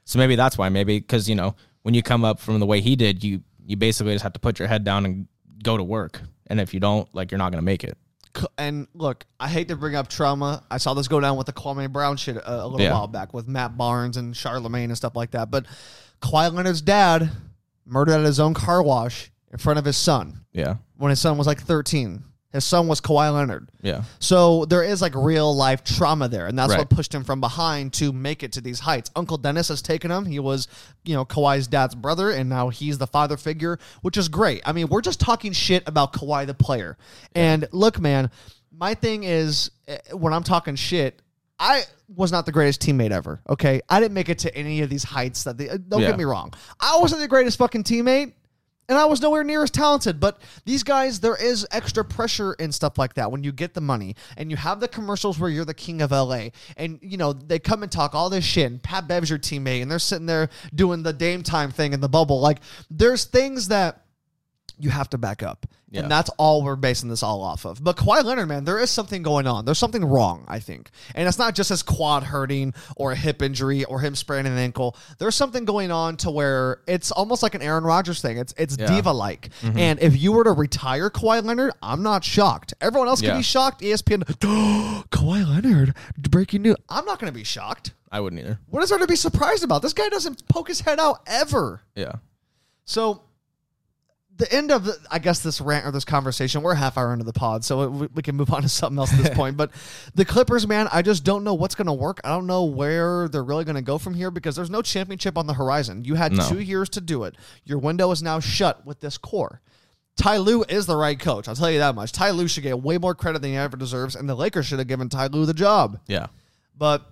Speaker 3: So maybe that's why. Maybe because you know when you come up from the way he did, you you basically just have to put your head down and go to work. And if you don't, like you're not gonna make it.
Speaker 1: c- and look, I hate to bring up trauma. I saw this go down with the Kwame Brown shit a, a little
Speaker 3: Yeah.
Speaker 1: while back with Matt Barnes and Charlemagne and stuff like that. But Kawhi Leonard's dad murdered at his own car wash in front of his son
Speaker 3: Yeah,
Speaker 1: when his son was like 13. His son was Kawhi Leonard.
Speaker 3: yeah.
Speaker 1: So there is like real life trauma there, and that's
Speaker 3: Right.
Speaker 1: what pushed him from behind to make it to these heights. Uncle Dennis has taken him. He was, you know, Kawhi's dad's brother, and now he's the father figure, which is great. I mean, we're just talking shit about Kawhi the player. And look, man, my thing is eh, when I'm talking shit, I was not the greatest teammate ever. Okay, I didn't make it to any of these heights. That they, eh, don't
Speaker 3: Yeah.
Speaker 1: get me wrong, I wasn't the greatest fucking teammate and I was nowhere near as talented. But these guys, there is extra pressure and stuff like that when you get the money and you have the commercials where you're the king of LA, and you know they come and talk all this shit. And Pat Bev's your teammate, and they're sitting there doing the Dame time thing in the bubble. Like there's things that you have to back up.
Speaker 3: Yeah.
Speaker 1: And that's all we're basing this all off of. But Kawhi Leonard, man, there is something going on. There's something wrong, I think. And it's not just his quad hurting or a hip injury or him spraining an ankle. There's something going on to where it's almost like an Aaron Rodgers thing. It's it's
Speaker 3: Yeah. Mm-hmm.
Speaker 1: diva like. And if you were to retire Kawhi Leonard, I'm not shocked. Everyone else
Speaker 3: Yeah.
Speaker 1: can be shocked. E ESPN, Kawhi Leonard, breaking news. I'm not going to be shocked.
Speaker 3: I wouldn't either.
Speaker 1: What is there to be surprised about? This guy doesn't poke his head out ever.
Speaker 3: Yeah,
Speaker 1: So the end of the, I guess this rant or this conversation, we're a half hour into the pod, so we, we can move on to something else at this point. But the Clippers, man, I just don't know what's going to work. I don't know where they're really going to go from here because there's no championship on the horizon. You had
Speaker 3: No.
Speaker 1: two years to do it. Your window is now shut with this core. Ty Lue is the right coach. I'll tell you that much. Ty Lue should get way more credit than he ever deserves, and the Lakers should have given Ty Lue the job.
Speaker 3: yeah.
Speaker 1: But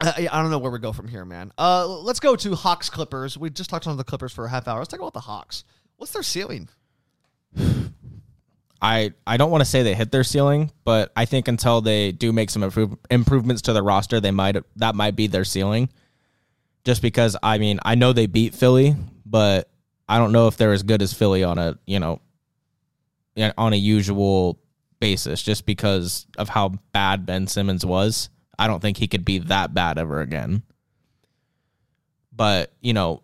Speaker 1: Uh, yeah, I don't know where we go from here, man. Uh, let's go to Hawks Clippers. We just talked on the Clippers for a half hour. Let's talk about the Hawks. What's their ceiling?
Speaker 3: I, I don't want to say they hit their ceiling, but I think until they do make some improve, improvements to the roster, they might that might be their ceiling. Just because I mean I know they beat Philly, but I don't know if they're as good as Philly on a you know yeah, on a usual basis. Just because of how bad Ben Simmons was, I don't think he could be that bad ever again. But you know,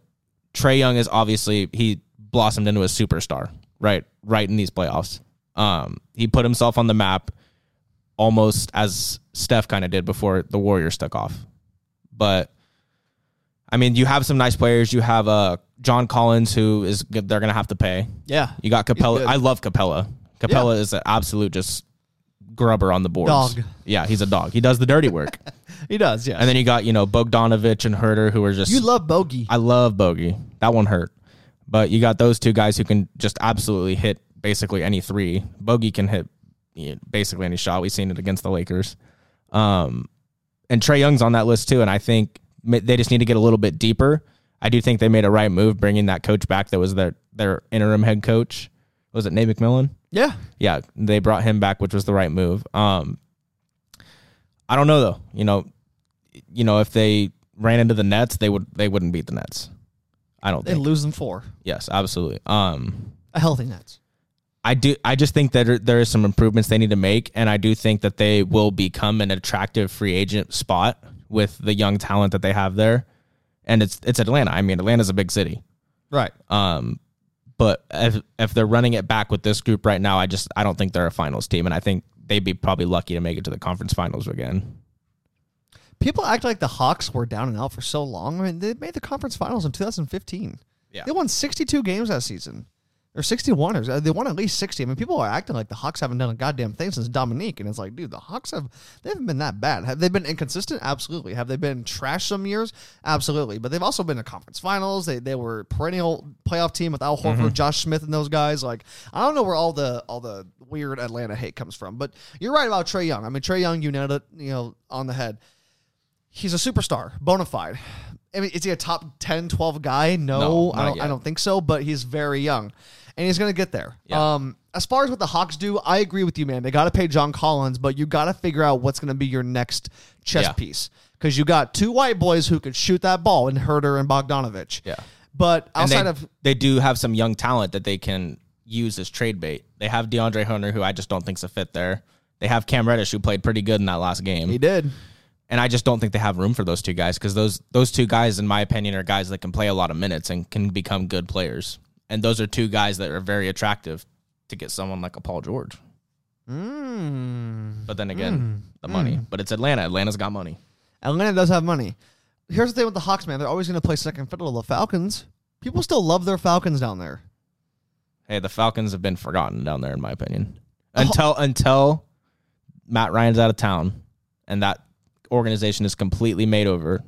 Speaker 3: Trey Young is obviously he blossomed into a superstar right right in these playoffs. Um, he put himself on the map almost as Steph kind of did before the Warriors took off. But I mean, you have some nice players. You have uh John Collins who is they're gonna have to pay.
Speaker 1: Yeah,
Speaker 3: You got Capella.
Speaker 1: good.
Speaker 3: I love Capella. Capella is an absolute just grubber on the boards.
Speaker 1: Dog.
Speaker 3: Yeah, he's a dog. He does the dirty work.
Speaker 1: he does. Yeah,
Speaker 3: and then you got you know Bogdanovich and Herder who are just
Speaker 1: you love Bogey.
Speaker 3: I love Bogey. That one hurt. But you got those two guys who can just absolutely hit basically any three. Bogey can hit you know, basically any shot. We've seen it against the Lakers. Um, and Trey Young's on that list too. And I think ma- they just need to get a little bit deeper. I do think they made a right move bringing that coach back that was their, their interim head coach. Was it Nate McMillan?
Speaker 1: yeah,
Speaker 3: yeah, they brought him back, which was the right move. Um, I don't know though. You know, you know, if they ran into the Nets, they would they wouldn't beat the Nets. I don't
Speaker 1: they
Speaker 3: think.
Speaker 1: lose in four.
Speaker 3: yes, absolutely. Um,
Speaker 1: A healthy Nets.
Speaker 3: I do. I just think that there- there is some improvements they need to make, and I do think that they will become an attractive free agent spot with the young talent that they have there. And it's it's Atlanta. I mean, Atlanta's a big city.
Speaker 1: Right.
Speaker 3: Um, but if if they're running it back with this group right now, I just I don't think they're a finals team, and I think they'd be probably lucky to make it to the conference finals again.
Speaker 1: People act like the Hawks were down and out for so long. I mean, they made the conference finals in 2015.
Speaker 3: Yeah.
Speaker 1: They won 62 games that season, or 61, or they won at least 60. I mean, people are acting like the Hawks haven't done a goddamn thing since Dominique, and it's like, dude, the Hawks have they haven't been that bad. Have they been inconsistent? Absolutely. Have they been trash some years? Absolutely. But they've also been to conference finals. They they were perennial playoff team with Al Horford, Josh Smith, and those guys. Like, I don't know where all the all the weird Atlanta hate comes from, but you're right about Trey Young. I mean, Trey Young, you nailed it, you know, on the head he's a superstar, bona fide. I mean, is he a top 10, 12 guy? No,
Speaker 3: No,
Speaker 1: I,
Speaker 3: not
Speaker 1: don't, I
Speaker 3: yet.
Speaker 1: don't think so, but he's very young and he's going to get there.
Speaker 3: Yeah.
Speaker 1: Um, as far as what the Hawks do, I agree with you, man. They got to pay John Collins, but you got to figure out what's going to be your next chess
Speaker 3: Yeah.
Speaker 1: piece because you got two white boys who could shoot that ball in Herder and Bogdanovich.
Speaker 3: Yeah.
Speaker 1: But
Speaker 3: And
Speaker 1: outside
Speaker 3: they,
Speaker 1: of
Speaker 3: they do have some young talent that they can use as trade bait. They have DeAndre Hunter, who I just don't think's a fit there. They have Cam Reddish, who played pretty good in that last game.
Speaker 1: he did.
Speaker 3: and I just don't think they have room for those two guys because those those two guys, in my opinion, are guys that can play a lot of minutes and can become good players. And those are two guys that are very attractive to get someone like a Paul George.
Speaker 1: Hmm.
Speaker 3: But then again, the money. But it's Atlanta. Atlanta's got money.
Speaker 1: Atlanta does have money. Here's the thing with the Hawks, man. They're always going to play second fiddle to the Falcons. People still love their Falcons down there.
Speaker 3: Hey, the Falcons have been forgotten down there, in my opinion.
Speaker 1: Oh.
Speaker 3: Until until Matt Ryan's out of town and that organization is completely made over,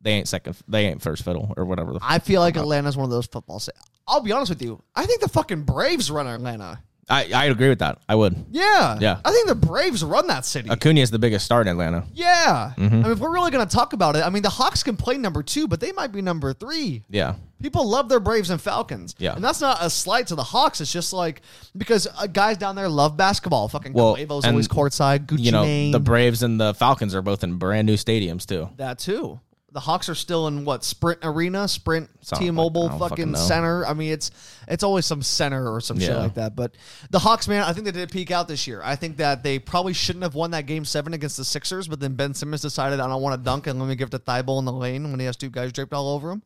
Speaker 3: they ain't second. They ain't first fiddle or whatever. The f-
Speaker 1: I feel like Atlanta's one of those football. Sa- I'll be honest with you. I think the fucking Braves run Atlanta.
Speaker 3: I I agree with that. I would.
Speaker 1: Yeah.
Speaker 3: Yeah.
Speaker 1: I think the Braves run that city.
Speaker 3: Acuna is the biggest star in Atlanta.
Speaker 1: Yeah.
Speaker 3: Mm-hmm.
Speaker 1: I mean, if we're really going to talk about it, I mean, the Hawks can play number two, but they might be number three.
Speaker 3: Yeah.
Speaker 1: People love their Braves and Falcons.
Speaker 3: Yeah.
Speaker 1: And that's not a slight to the Hawks. It's just like because uh, guys down there love basketball. Fucking
Speaker 3: Well,
Speaker 1: Cuevo's
Speaker 3: and,
Speaker 1: always courtside. Gucci
Speaker 3: You know,
Speaker 1: Mane.
Speaker 3: the Braves and the Falcons are both in brand new stadiums too.
Speaker 1: That too. The Hawks are still in what Sprint Arena, Sprint
Speaker 3: Something
Speaker 1: T-Mobile,
Speaker 3: like- I don't fucking
Speaker 1: fucking
Speaker 3: know.
Speaker 1: center. I mean, it's it's always some center or some shit
Speaker 3: Yeah.
Speaker 1: like that. But the Hawks, man, I think they did peak out this year. I think that they probably shouldn't have won that game seven against the Sixers, but then Ben Simmons decided I don't want to dunk and let me give it to Thibault in the lane when he has two guys draped all over him.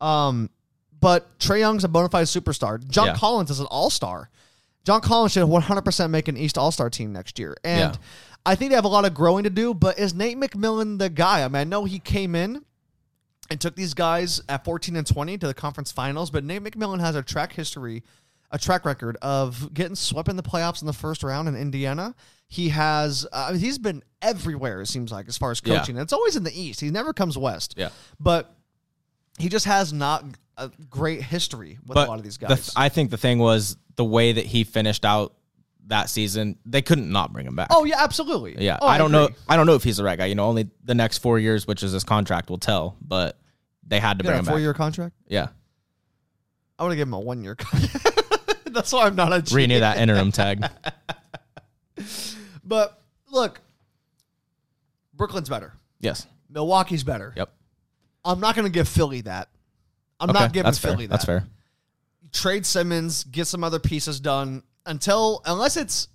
Speaker 1: Um, but Trey Young's a bona fide superstar. John
Speaker 3: Yeah.
Speaker 1: Collins is an all star. John Collins should 100% make an East All Star team next year. And
Speaker 3: Yeah.
Speaker 1: I think they have a lot of growing to do, but is Nate McMillan the guy? I mean, I know he came in and took these guys at 14 and 20 to the conference finals, but Nate McMillan has a track history, a track record of getting swept in the playoffs in the first round in Indiana. He has, uh, he's been everywhere, it seems like, as far as
Speaker 3: Yeah.
Speaker 1: coaching. It's always in the East. He never comes West.
Speaker 3: Yeah.
Speaker 1: But he just has not a great history with
Speaker 3: But
Speaker 1: a lot of these
Speaker 3: the
Speaker 1: guys.
Speaker 3: th- I think the thing was the way that he finished out that season, they couldn't not bring him back.
Speaker 1: Oh yeah, absolutely.
Speaker 3: yeah.
Speaker 1: Oh,
Speaker 3: I don't know.
Speaker 1: agree.
Speaker 3: I don't know if he's the right guy. You know, only the next four years, which is his contract, will tell. But they had to
Speaker 1: Get
Speaker 3: bring
Speaker 1: a
Speaker 3: him
Speaker 1: four
Speaker 3: back.
Speaker 1: year contract.
Speaker 3: yeah,
Speaker 1: I would have given him a one year contract. That's why I'm not a G.
Speaker 3: renew that interim tag.
Speaker 1: But look, Brooklyn's better.
Speaker 3: Yes.
Speaker 1: Milwaukee's better.
Speaker 3: Yep.
Speaker 1: I'm not going to give Philly that. I'm
Speaker 3: Okay,
Speaker 1: not giving
Speaker 3: that's
Speaker 1: Philly
Speaker 3: fair.
Speaker 1: that.
Speaker 3: That's fair.
Speaker 1: Trade Simmons, get some other pieces done until unless it's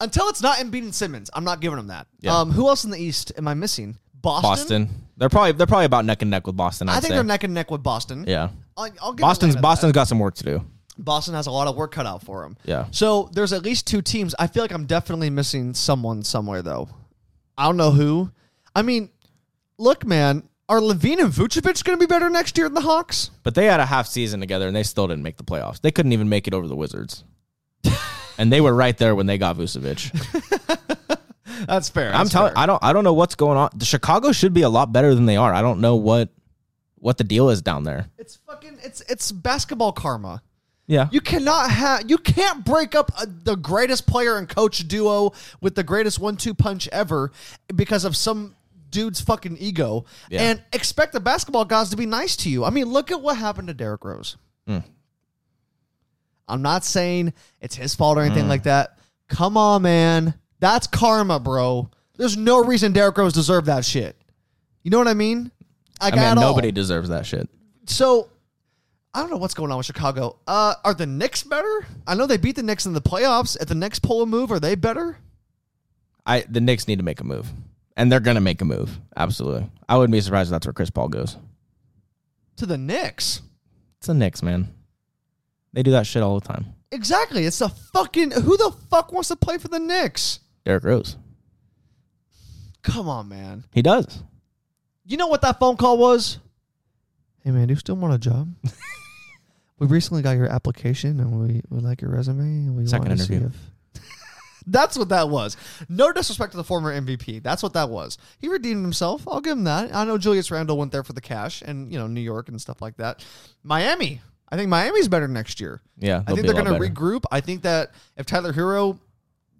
Speaker 1: until it's not Embiid and Simmons. I'm not giving them that.
Speaker 3: Yeah.
Speaker 1: Um, who else in the East am I missing? Boston.
Speaker 3: Boston. They're probably they're probably about neck and neck with Boston. I'd
Speaker 1: I think
Speaker 3: say.
Speaker 1: they're neck and neck with Boston.
Speaker 3: Yeah.
Speaker 1: I'll, I'll give Atlanta
Speaker 3: Boston's
Speaker 1: that.
Speaker 3: Boston's got some work to do.
Speaker 1: Boston has a lot of work cut out for him.
Speaker 3: Yeah.
Speaker 1: So there's at least two teams. I feel like I'm definitely missing someone somewhere though. I don't know who. I mean, look, man, are Levine and Vucevic going to be better next year than the Hawks?
Speaker 3: But they had a half season together and they still didn't make the playoffs. They couldn't even make it over the Wizards. and they were right there when they got Vucevic.
Speaker 1: That's fair.
Speaker 3: I'm
Speaker 1: that's
Speaker 3: telling
Speaker 1: fair.
Speaker 3: I don't I don't know what's going on. The Chicago should be a lot better than they are. I don't know what what the deal is down there.
Speaker 1: it's fucking it's it's basketball karma.
Speaker 3: Yeah.
Speaker 1: You cannot have you can't break up a, the greatest player and coach duo with the greatest one-two punch ever because of some dude's fucking ego
Speaker 3: Yeah.
Speaker 1: and expect the basketball gods to be nice to you. I mean, look at what happened to Derrick Rose.
Speaker 3: Hmm.
Speaker 1: I'm not saying it's his fault or
Speaker 3: Hmm.
Speaker 1: anything like that. Come on, man. That's karma, bro. There's no reason Derrick Rose deserved that shit. You know what I mean? Like,
Speaker 3: I mean
Speaker 1: at all.
Speaker 3: nobody deserves that shit.
Speaker 1: So I don't know what's going on with Chicago. Uh, are the Knicks better? I know they beat the Knicks in the playoffs. At the next poll move, are they better?
Speaker 3: I the Knicks need to make a move. And they're gonna make a move. Absolutely. I wouldn't be surprised if that's where Chris Paul goes.
Speaker 1: To the Knicks.
Speaker 3: It's the Knicks, man. They do that shit all the time.
Speaker 1: Exactly. It's the fucking who the fuck wants to play for the Knicks?
Speaker 3: Derrick Rose.
Speaker 1: Come on, man.
Speaker 3: He does.
Speaker 1: You know what that phone call was? Hey man, do you still want a job? we recently got your application and we, we like your resume and we
Speaker 3: Second
Speaker 1: want to see
Speaker 3: interview.
Speaker 1: if- That's what that was. No disrespect to the former MVP. That's what that was. He redeemed himself. I'll give him that. I know Julius Randle went there for the cash and you know New York and stuff like that. Miami. I think Miami's better next year.
Speaker 3: Yeah.
Speaker 1: I
Speaker 3: they'll
Speaker 1: think
Speaker 3: be
Speaker 1: they're
Speaker 3: a lot
Speaker 1: going to
Speaker 3: better.
Speaker 1: regroup. I think that if Tyler Hero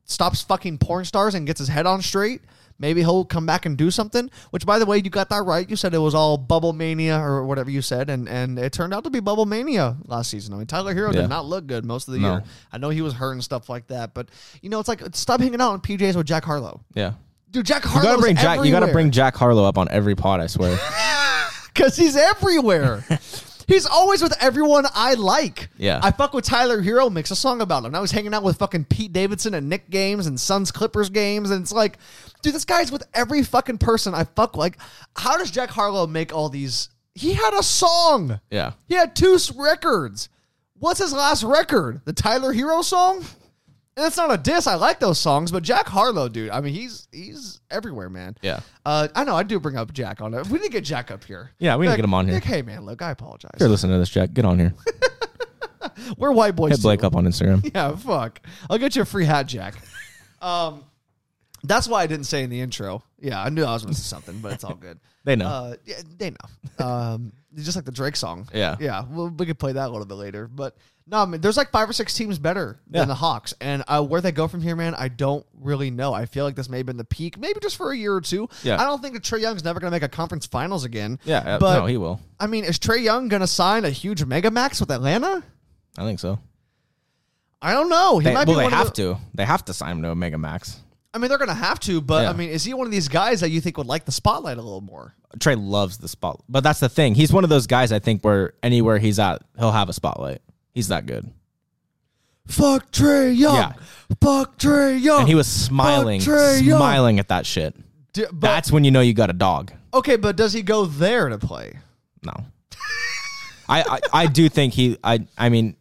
Speaker 1: stops fucking porn stars and gets his head on straight, maybe he'll come back and do something. Which, by the way, you got that right. You said it was all bubble mania or whatever you said, and and it turned out to be bubble mania last season. I mean, Tyler Hero
Speaker 3: Yeah.
Speaker 1: did not look good most of the
Speaker 3: No.
Speaker 1: year. I know he was hurt and stuff like that, but you know, it's like stop hanging out in PJs with Jack Harlow.
Speaker 3: Yeah.
Speaker 1: Dude, Jack
Speaker 3: You
Speaker 1: Harlow.
Speaker 3: gotta bring Jack. You gotta bring Jack Harlow up on every pod. I swear.
Speaker 1: because he's everywhere. he's always with everyone I like.
Speaker 3: Yeah.
Speaker 1: I fuck with Tyler Hero, makes a song about him. Now he's hanging out with fucking Pete Davidson and Nick games and Suns Clippers games. And it's like, dude, this guy's with every fucking person I fuck Like, how does Jack Harlow make all these? He had a song.
Speaker 3: yeah.
Speaker 1: He had two s- records. What's his last record? The Tyler Hero song? And it's not a diss. I like those songs, but Jack Harlow, dude. I mean, he's he's everywhere, man.
Speaker 3: Yeah.
Speaker 1: Uh, I know. I do bring up Jack on it. We need to get Jack up here.
Speaker 3: Yeah, we need to
Speaker 1: Like,
Speaker 3: get him on here.
Speaker 1: Like, hey, man, look, I apologize.
Speaker 3: If you're listening to this, Jack, get on here.
Speaker 1: We're white boys.
Speaker 3: Hit Blake
Speaker 1: too.
Speaker 3: up on Instagram.
Speaker 1: Yeah, fuck. I'll get you a free hat, Jack. um, that's why I didn't say in the intro. Yeah, I knew I was missing something, but it's all good.
Speaker 3: They know.
Speaker 1: Uh, yeah, they know. Um, it's just like the Drake song.
Speaker 3: Yeah.
Speaker 1: yeah. Well, we could play that a little bit later, but no, I mean, there's like five or six teams better
Speaker 3: Yeah.
Speaker 1: than the Hawks, and uh, where they go from here, man, I don't really know. I feel like this may have been the peak, maybe just for a year or two.
Speaker 3: Yeah.
Speaker 1: I don't think that Trey Young's never gonna make a conference finals again.
Speaker 3: Yeah. uh,
Speaker 1: but
Speaker 3: no, he will.
Speaker 1: I mean, is Trey Young gonna sign a huge mega max with Atlanta?
Speaker 3: I think so.
Speaker 1: I don't know. He
Speaker 3: They,
Speaker 1: might
Speaker 3: well,
Speaker 1: be
Speaker 3: they
Speaker 1: one of
Speaker 3: have
Speaker 1: the-
Speaker 3: to. They have to sign him to a Mega Max.
Speaker 1: I mean, they're going to have to, but
Speaker 3: Yeah.
Speaker 1: I mean, is he one of these guys that you think would like the spotlight a little more?
Speaker 3: Trey loves the spot, but that's the thing. He's one of those guys. I think where anywhere he's at, he'll have a spotlight. He's that good.
Speaker 1: Fuck Trey Young.
Speaker 3: Yeah.
Speaker 1: Fuck Trey Young.
Speaker 3: And he was smiling,
Speaker 1: Oh, Trey Young.
Speaker 3: smiling at that shit.
Speaker 1: D- but,
Speaker 3: That's when you know you got a dog.
Speaker 1: okay, but does he go there to play?
Speaker 3: No. I, I I do think he I I mean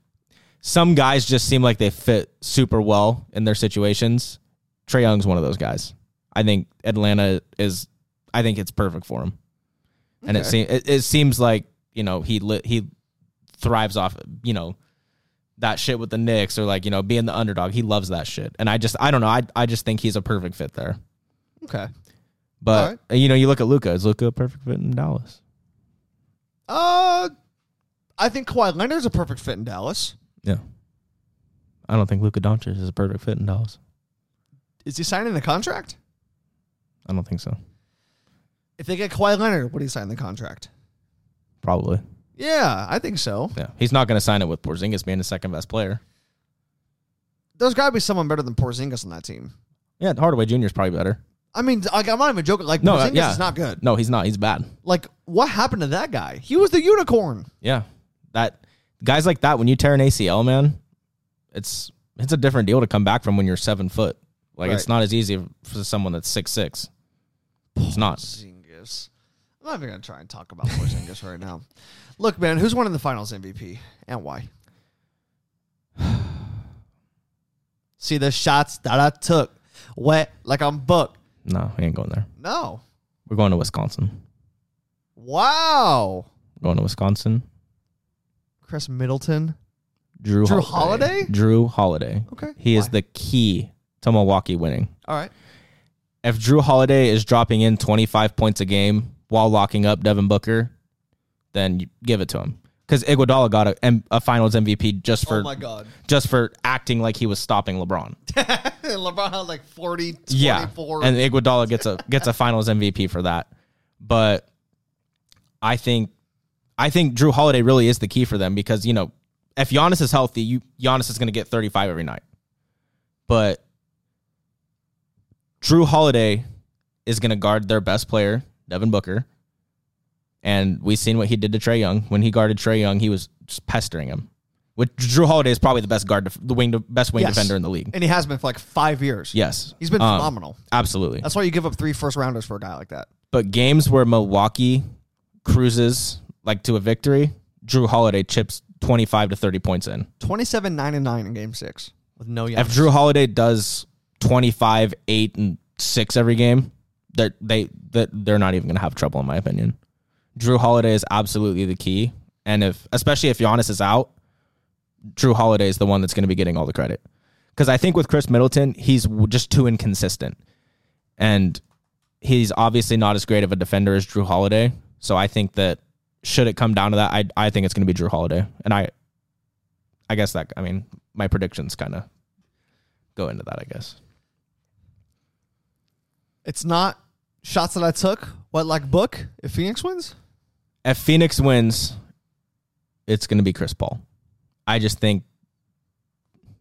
Speaker 3: some guys just seem like they fit super well in their situations. Trey Young's one of those guys. I think Atlanta is I think it's perfect for him. And it seems it, it seems like, you know, he li- he thrives off, you know, that shit with the Knicks or like, you know, being the underdog. He loves that shit. And I just I don't know. I I just think he's a perfect fit there.
Speaker 1: Okay.
Speaker 3: But you know, you look at Luca, is Luca a perfect fit in Dallas?
Speaker 1: Uh, I think Kawhi Leonard's a perfect fit in Dallas.
Speaker 3: Yeah. I don't think Luka Doncic is a perfect fit in Dallas.
Speaker 1: Is he signing the contract?
Speaker 3: I don't think so.
Speaker 1: If they get Kawhi Leonard, would he sign the contract?
Speaker 3: Probably.
Speaker 1: Yeah, I think so.
Speaker 3: Yeah. He's not going to sign it with Porzingis being the second best player.
Speaker 1: There's got to be someone better than Porzingis on that team.
Speaker 3: Yeah, Hardaway Jr. is probably better.
Speaker 1: I mean, like, I'm not even joking. Like,
Speaker 3: No, uh,
Speaker 1: Porzingis
Speaker 3: yeah.
Speaker 1: is not good.
Speaker 3: No, he's not. He's bad.
Speaker 1: Like, what happened to that guy? He was the unicorn.
Speaker 3: Yeah. That guys like that when you tear an ACL, man, it's it's a different deal to come back from when you're 7 foot. Like it's
Speaker 1: Right.
Speaker 3: not as easy for someone that's 6'6. It's not.
Speaker 1: Porzingis. I'm not even gonna try and talk about Porzingis right now. Look, man, who's winning the Finals MVP and why? See the shots that I took, wet like I'm booked.
Speaker 3: No, we ain't going there.
Speaker 1: No,
Speaker 3: We're going to Wisconsin.
Speaker 1: wow,
Speaker 3: We're going to Wisconsin.
Speaker 1: Chris Middleton.
Speaker 3: Drew,
Speaker 1: Drew Holiday?
Speaker 3: Drew Holiday.
Speaker 1: Okay,
Speaker 3: He is
Speaker 1: why?
Speaker 3: the key to Milwaukee winning.
Speaker 1: All right,
Speaker 3: If Drew Holiday is dropping in 25 points a game while locking up Devin Booker, then you give it to him. Because Iguodala got a, M- a Finals MVP just for
Speaker 1: oh my god,
Speaker 3: just for acting like he was stopping LeBron.
Speaker 1: LeBron had like 40, 24.
Speaker 3: yeah, and Iguodala gets a gets a Finals MVP for that. But I think I think Drew Holiday really is the key for them because you know if Giannis is healthy, you Giannis is going to get 35 every night. But Drew Holiday is going to guard their best player, Devin Booker. And we've seen what he did to Trey Young. When he guarded Trey Young, he was just pestering him. Which Drew Holiday is probably the best guard, def- the wing, the best wing
Speaker 1: Yes.
Speaker 3: defender in the league.
Speaker 1: and he has been for like five years.
Speaker 3: Yes,
Speaker 1: he's been
Speaker 3: Um,
Speaker 1: phenomenal.
Speaker 3: Absolutely.
Speaker 1: That's why you give up three first rounders for a guy like that.
Speaker 3: But games where Milwaukee cruises like to a victory, Drew Holiday chips 25 to 30 points in.
Speaker 1: 27, 9, and 9 in game six with no Giannis.
Speaker 3: If Drew Holiday does 25, 8 and 6 every game, they're, they that they're not even going to have trouble in my opinion. Drew Holiday is absolutely the key, and if especially if Giannis is out, Drew Holiday is the one that's going to be getting all the credit. Cuz I think with Chris Middleton, he's w- just too inconsistent. And he's obviously not as great of a defender as Drew Holiday. So I think that should it come down to that, I I think it's going to be Drew Holiday. And I I guess that I mean my predictions kind of go into that. I guess
Speaker 1: it's not shots that I took, what like book if Phoenix wins?
Speaker 3: if Phoenix wins, it's going to be Chris Paul. I just think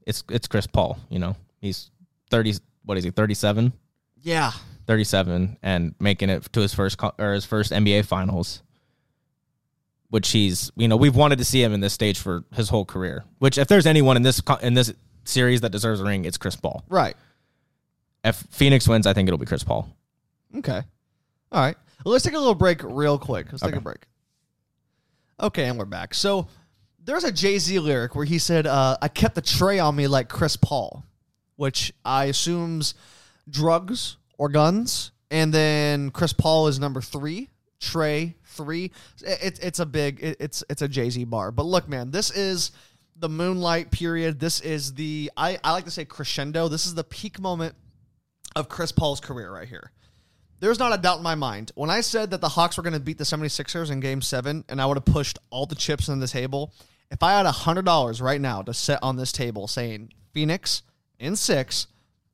Speaker 3: it's it's Chris Paul. You know, he's thirty. What is he? Thirty seven.
Speaker 1: Yeah.
Speaker 3: 37 and making it to his first co- or his first NBA finals which he's you know we've wanted to see him in this stage for his whole career which if there's anyone in this co- in this series that deserves a ring it's Chris Paul
Speaker 1: Right.
Speaker 3: if Phoenix wins I think it'll be Chris Paul
Speaker 1: Okay. All right. Well, let's take a little break real quick. Let's take
Speaker 3: Okay.
Speaker 1: a break. Okay, and we're back. So there's a Jay Z lyric where he said, uh, I kept the tray on me like Chris Paul, which I assumes drugs or guns. And then Chris Paul is number three, Trey three. It, it- it's a big, it, it's it's a Jay Z bar. But look, man, this is the moonlight period. This is the, I, I like to say crescendo. This is the peak moment of Chris Paul's career right here. There's not a doubt in my mind. When I said that the Hawks were going to beat the 76ers in game seven and I would have pushed all the chips on the table, if I had $100 right now to set on this table saying Phoenix in six,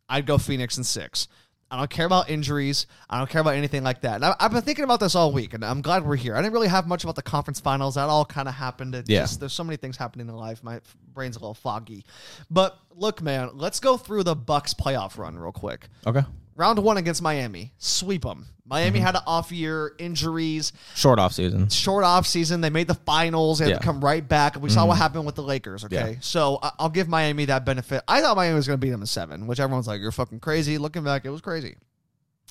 Speaker 1: I'd go Phoenix in six. I don't care about injuries. I don't care about anything like that. And I, I've been thinking about this all week, and I'm glad we're here. I didn't really have much about the conference finals. That all kind of happened. It
Speaker 3: Yeah.
Speaker 1: just- there's so many things happening in life. My f- brain's a little foggy. But look, man, let's go through the Bucks playoff run real quick
Speaker 3: okay
Speaker 1: round one against Miami, sweep them. Miami
Speaker 3: Mm-hmm.
Speaker 1: had an off year, injuries,
Speaker 3: short off season
Speaker 1: short off season. They made the finals. They had to
Speaker 3: Yeah. Mm-hmm.
Speaker 1: come right back. We saw what happened with the Lakers. Okay,
Speaker 3: Yeah.
Speaker 1: so I- I'll give Miami that benefit. I thought Miami was going to beat them in seven, which everyone's like, "You're fucking crazy." Looking back, it was crazy.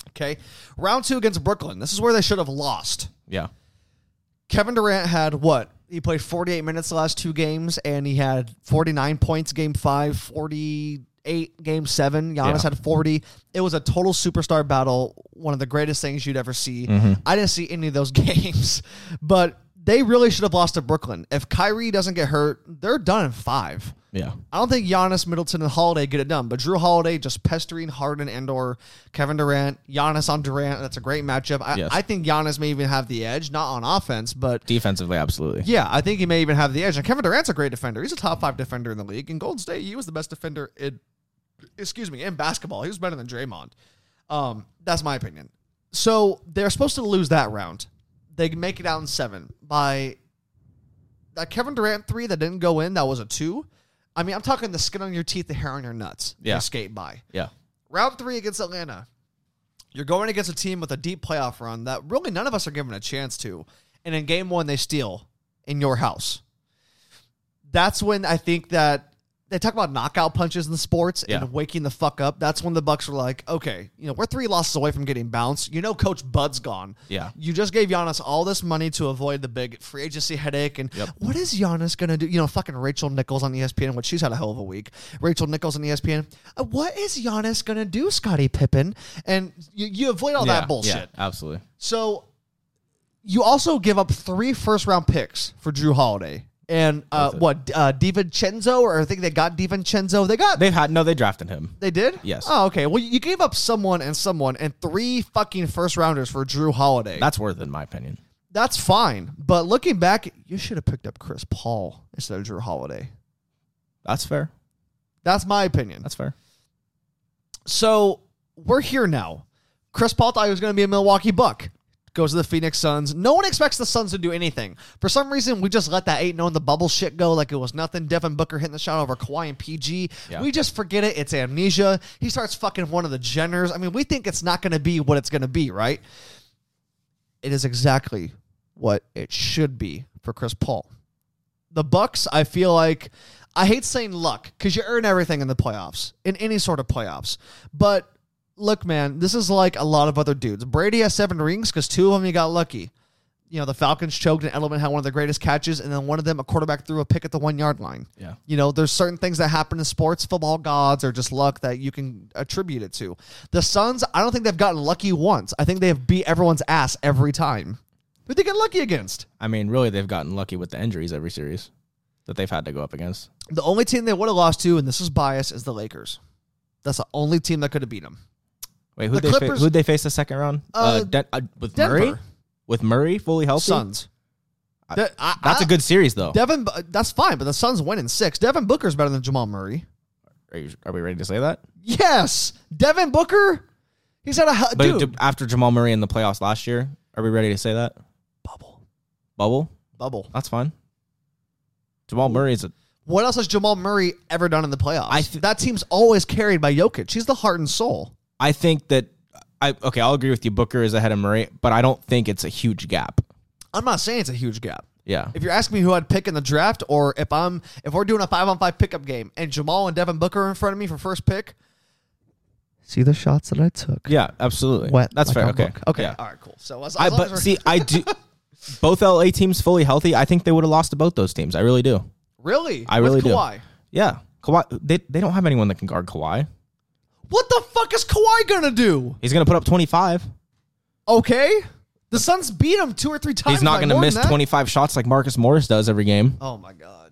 Speaker 1: Okay, round two against Brooklyn. This is where they should have lost.
Speaker 3: yeah
Speaker 1: Kevin Durant had what? He played 48 minutes the last two games, and he had 49 points game five, 48 game seven. Giannis
Speaker 3: Yeah.
Speaker 1: had 40. It was a total superstar battle, one of the greatest things you'd ever see.
Speaker 3: Mm-hmm.
Speaker 1: I didn't see any of those games, but they really should have lost to Brooklyn. If Kyrie doesn't get hurt, they're done in five.
Speaker 3: Yeah.
Speaker 1: I don't think Giannis, Middleton, and Holiday get it done, but Drew Holiday just pestering Harden and or Kevin Durant, Giannis on Durant. That's a great matchup. I,
Speaker 3: Yes.
Speaker 1: I think Giannis may even have the edge, not on offense, but
Speaker 3: Defensively, absolutely.
Speaker 1: yeah, I think he may even have the edge. And Kevin Durant's a great defender. He's a top five defender in the league. In Golden State, he was the best defender in, excuse me, in basketball. He was better than Draymond. Um, that's my opinion. So they're supposed to lose that round. They make it out in seven by that Kevin Durant three that didn't go in. That was a two. I mean, I'm talking the skin on your teeth, the hair on your nuts.
Speaker 3: Yeah.
Speaker 1: You skate by
Speaker 3: Yeah.
Speaker 1: round three against Atlanta, you're going against a team with a deep playoff run that really none of us are given a chance to. And in game one, they steal in your house. That's when I think that they talk about knockout punches in sports
Speaker 3: Yeah.
Speaker 1: and waking the fuck up. That's when the Bucks were like, okay, you know, we're three losses away from getting bounced. You know, Coach Bud's gone.
Speaker 3: Yeah.
Speaker 1: You just gave Giannis all this money to avoid the big free agency headache. And
Speaker 3: Yep.
Speaker 1: what is Giannis going to do? You know, fucking Rachel Nichols on E ESPN, which she's had a hell of a week. Rachel Nichols on ESPN. Uh, what is Giannis going to do, Scottie Pippen? And you, you avoid all
Speaker 3: yeah.
Speaker 1: that bullshit.
Speaker 3: Yeah, absolutely.
Speaker 1: So you also give up three first round picks for Drew Holiday. And uh,
Speaker 3: Worth it.
Speaker 1: what, uh, DiVincenzo? Or I think they got DiVincenzo. They got. They-
Speaker 3: They've had no. They drafted him.
Speaker 1: did?
Speaker 3: Yes.
Speaker 1: Oh, okay. Well, you gave up someone and someone and three fucking first rounders for Drew Holiday.
Speaker 3: That's worth it, in my opinion.
Speaker 1: that's fine. But looking back, you should have picked up Chris Paul instead of Drew Holiday.
Speaker 3: That's fair.
Speaker 1: That's my opinion.
Speaker 3: That's fair.
Speaker 1: So we're here now. Chris Paul thought he was going to be a Milwaukee Buck. Goes to the Phoenix Suns. No one expects the Suns to do anything. For some reason, we just let that 8 0 in the bubble shit go like it was nothing. Devin Booker hitting the shot over Kawhi and PG.
Speaker 3: Yeah.
Speaker 1: We just forget it. It's amnesia. He starts fucking one of the Jenners. I mean, we think it's not going to be what it's going to be, right? It is exactly what it should be for Chris Paul the Bucks, I feel like I hate saying luck because you earn everything in the playoffs, in any sort of playoffs. But look, man, this is like a lot of other dudes. Brady has seven rings because two of them he got lucky. You know, the Falcons choked and Edelman had one of the greatest catches, and then one of them, a quarterback threw a pick at the one yard line.
Speaker 3: Yeah.
Speaker 1: You know, there's certain things that happen in sports, football gods, or just luck that you can attribute it to. The Suns, I don't think they've gotten lucky once. I think they have beat everyone's ass every time. Who'd they get lucky against?
Speaker 3: I mean, really, they've gotten lucky with the injuries every series that they've had to go up against.
Speaker 1: The only team they would have lost to, and this is bias, is the Lakers. That's the only team that could have beat them.
Speaker 3: Wait, who
Speaker 1: The
Speaker 3: they fa-
Speaker 1: Clippers-
Speaker 3: who'd they face the second round?
Speaker 1: Uh,
Speaker 3: Den- uh, with
Speaker 1: Denver.
Speaker 3: Murray, with Murray fully healthy.
Speaker 1: Suns.
Speaker 3: I-
Speaker 1: De- I-
Speaker 3: That's a
Speaker 1: I-
Speaker 3: good series, though.
Speaker 1: Devin. Bu- That's fine, but the Suns win in six. Devin Booker's better than Jamal Murray.
Speaker 3: are, you, are we ready to say that?
Speaker 1: Yes, Devin Booker. He's had a hu-
Speaker 3: But
Speaker 1: dude
Speaker 3: d- after Jamal Murray in the playoffs last year, are we ready to say that
Speaker 1: bubble
Speaker 3: bubble?
Speaker 1: bubble.
Speaker 3: That's fine. Jamal Murray is a
Speaker 1: What else has Jamal Murray ever done in the playoffs?
Speaker 3: I th-
Speaker 1: that team's always carried by Jokic. He's the heart and soul.
Speaker 3: I think that I okay, I'll agree with you. Booker is ahead of Murray, but I don't think it's a huge gap.
Speaker 1: I'm not saying it's a huge gap.
Speaker 3: Yeah.
Speaker 1: If you're asking me who I'd pick in the draft, or if I'm if we're doing a five on five pickup game and Jamal and Devin Booker are in front of me for first pick, see the shots that I took.
Speaker 3: Yeah, absolutely. That's
Speaker 1: like
Speaker 3: fair.
Speaker 1: a
Speaker 3: Okay.
Speaker 1: book. Okay.
Speaker 3: Yeah.
Speaker 1: All right. Cool. So as, as
Speaker 3: I
Speaker 1: long as
Speaker 3: but
Speaker 1: we're-
Speaker 3: see, I do both LA teams fully healthy. I think they would have lost to both those teams. I really do.
Speaker 1: really,
Speaker 3: I really
Speaker 1: with
Speaker 3: do.
Speaker 1: Kawhi.
Speaker 3: Yeah. Kawhi they, they don't have anyone that can guard Kawhi.
Speaker 1: What the fuck is Kawhi gonna do?
Speaker 3: He's gonna put up twenty five.
Speaker 1: Okay, the Suns beat him two or three times.
Speaker 3: He's not
Speaker 1: by
Speaker 3: gonna
Speaker 1: more than
Speaker 3: miss
Speaker 1: that.
Speaker 3: twenty five shots like Marcus Morris does every game.
Speaker 1: Oh my god.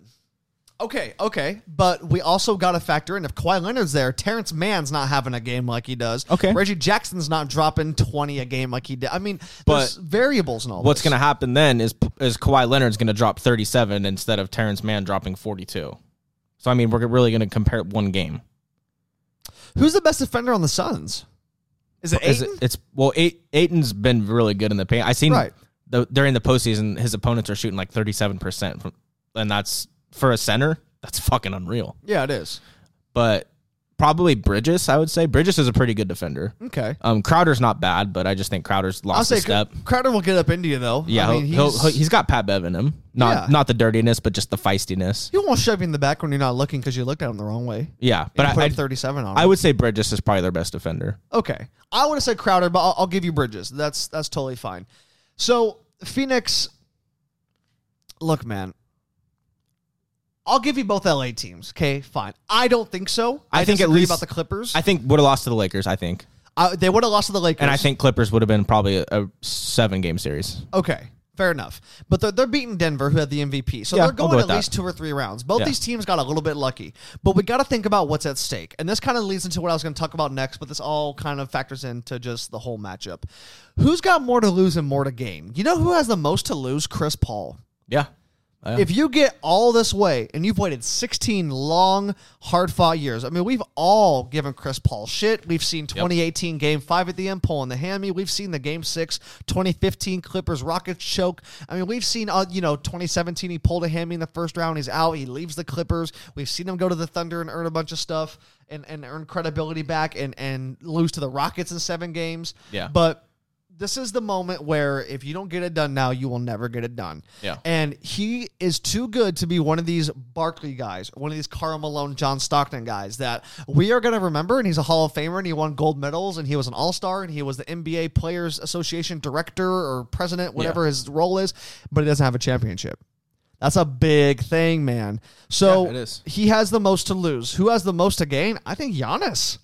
Speaker 1: Okay, okay, but we also got to factor in if Kawhi Leonard's there, Terrence Mann's not having a game like he does.
Speaker 3: Okay.
Speaker 1: Reggie Jackson's not dropping twenty a game like he did. I mean,
Speaker 3: But
Speaker 1: there's variables and all.
Speaker 3: What's
Speaker 1: this.
Speaker 3: gonna happen then is is Kawhi Leonard's gonna drop thirty seven instead of Terrence Mann dropping forty two. So I mean we're really gonna compare one game.
Speaker 1: Who's the best defender on the Suns? Is it
Speaker 3: Is
Speaker 1: Ayton?
Speaker 3: it- it's well, Ay- Aiton's been really good in the paint. I seen
Speaker 1: Right.
Speaker 3: the, during the postseason his opponents are shooting like thirty seven percent, and that's for a center. That's fucking unreal.
Speaker 1: yeah, it is.
Speaker 3: But probably Bridges, I would say Bridges is a pretty good defender.
Speaker 1: Okay.
Speaker 3: Um, Crowder's not bad, but I just think Crowder's
Speaker 1: I'll
Speaker 3: lost
Speaker 1: say
Speaker 3: a step.
Speaker 1: Crowder will get up into you though.
Speaker 3: yeah,
Speaker 1: I mean,
Speaker 3: he'll,
Speaker 1: he's,
Speaker 3: he'll, he's got Pat Bev in him. Not
Speaker 1: Yeah.
Speaker 3: not the dirtiness, but just the feistiness.
Speaker 1: he won't shove you in the back when you're not looking because you looked at him the wrong way.
Speaker 3: Yeah,
Speaker 1: But
Speaker 3: but I, I,
Speaker 1: 37 on.
Speaker 3: I
Speaker 1: him.
Speaker 3: would say Bridges is probably their best defender.
Speaker 1: okay, I would have said Crowder, but I'll, I'll give you Bridges. That's that's totally fine. So Phoenix, look, man, I'll give you both LA teams. Okay, fine. I don't think so.
Speaker 3: I think at
Speaker 1: disagree
Speaker 3: least-
Speaker 1: about the Clippers.
Speaker 3: I think would have lost to the Lakers. I think,
Speaker 1: I, they would have lost to the Lakers,
Speaker 3: and I think Clipers would have been probably a, a seven game series.
Speaker 1: okay, Fair enough. But they're, they're beating Denver, who had the MVP. So
Speaker 3: Yeah,
Speaker 1: they're
Speaker 3: I'll go
Speaker 1: going
Speaker 3: with
Speaker 1: at
Speaker 3: that.
Speaker 1: least two or three rounds. Both
Speaker 3: Yeah.
Speaker 1: these teams got a little bit lucky. But we got to think about what's at stake. And this kind of leads into what I was going to talk about next, but this all kind of factors into just the whole matchup. Who's got more to lose and more to gain? You know who has the most to lose? Chris Paul.
Speaker 3: Yeah. Yeah.
Speaker 1: If you get all this way and you've waited 16 long, hard fought years, I mean, we've all given Chris Paul shit. We've seen 2018 game five at the end, pulling the hammy. We've seen the game six, 2015 Clippers Rockets choke. I mean, we've seen, uh, you know, 2017, he pulled a hammy in the first round. He's out. He leaves the Clippers. We've seen him go to the Thunder and earn a bunch of stuff and, and earn credibility back and, and lose to the Rockets in seven games.
Speaker 3: Yeah.
Speaker 1: But this is the moment where if you don't get it done now, you will never get it done.
Speaker 3: Yeah.
Speaker 1: And he is too good to be one of these Barkley guys, one of these Carl Malone, John Stockton guys that we are going to remember. And he's a Hall of Famer and he won gold medals and he was an All Star and he was the NBA Players Association director or president, whatever his role is, but he doesn't have a championship. That's a big thing, man. So
Speaker 3: Yeah, it is.
Speaker 1: he has the most to lose. Who has the most to gain? I think Giannis.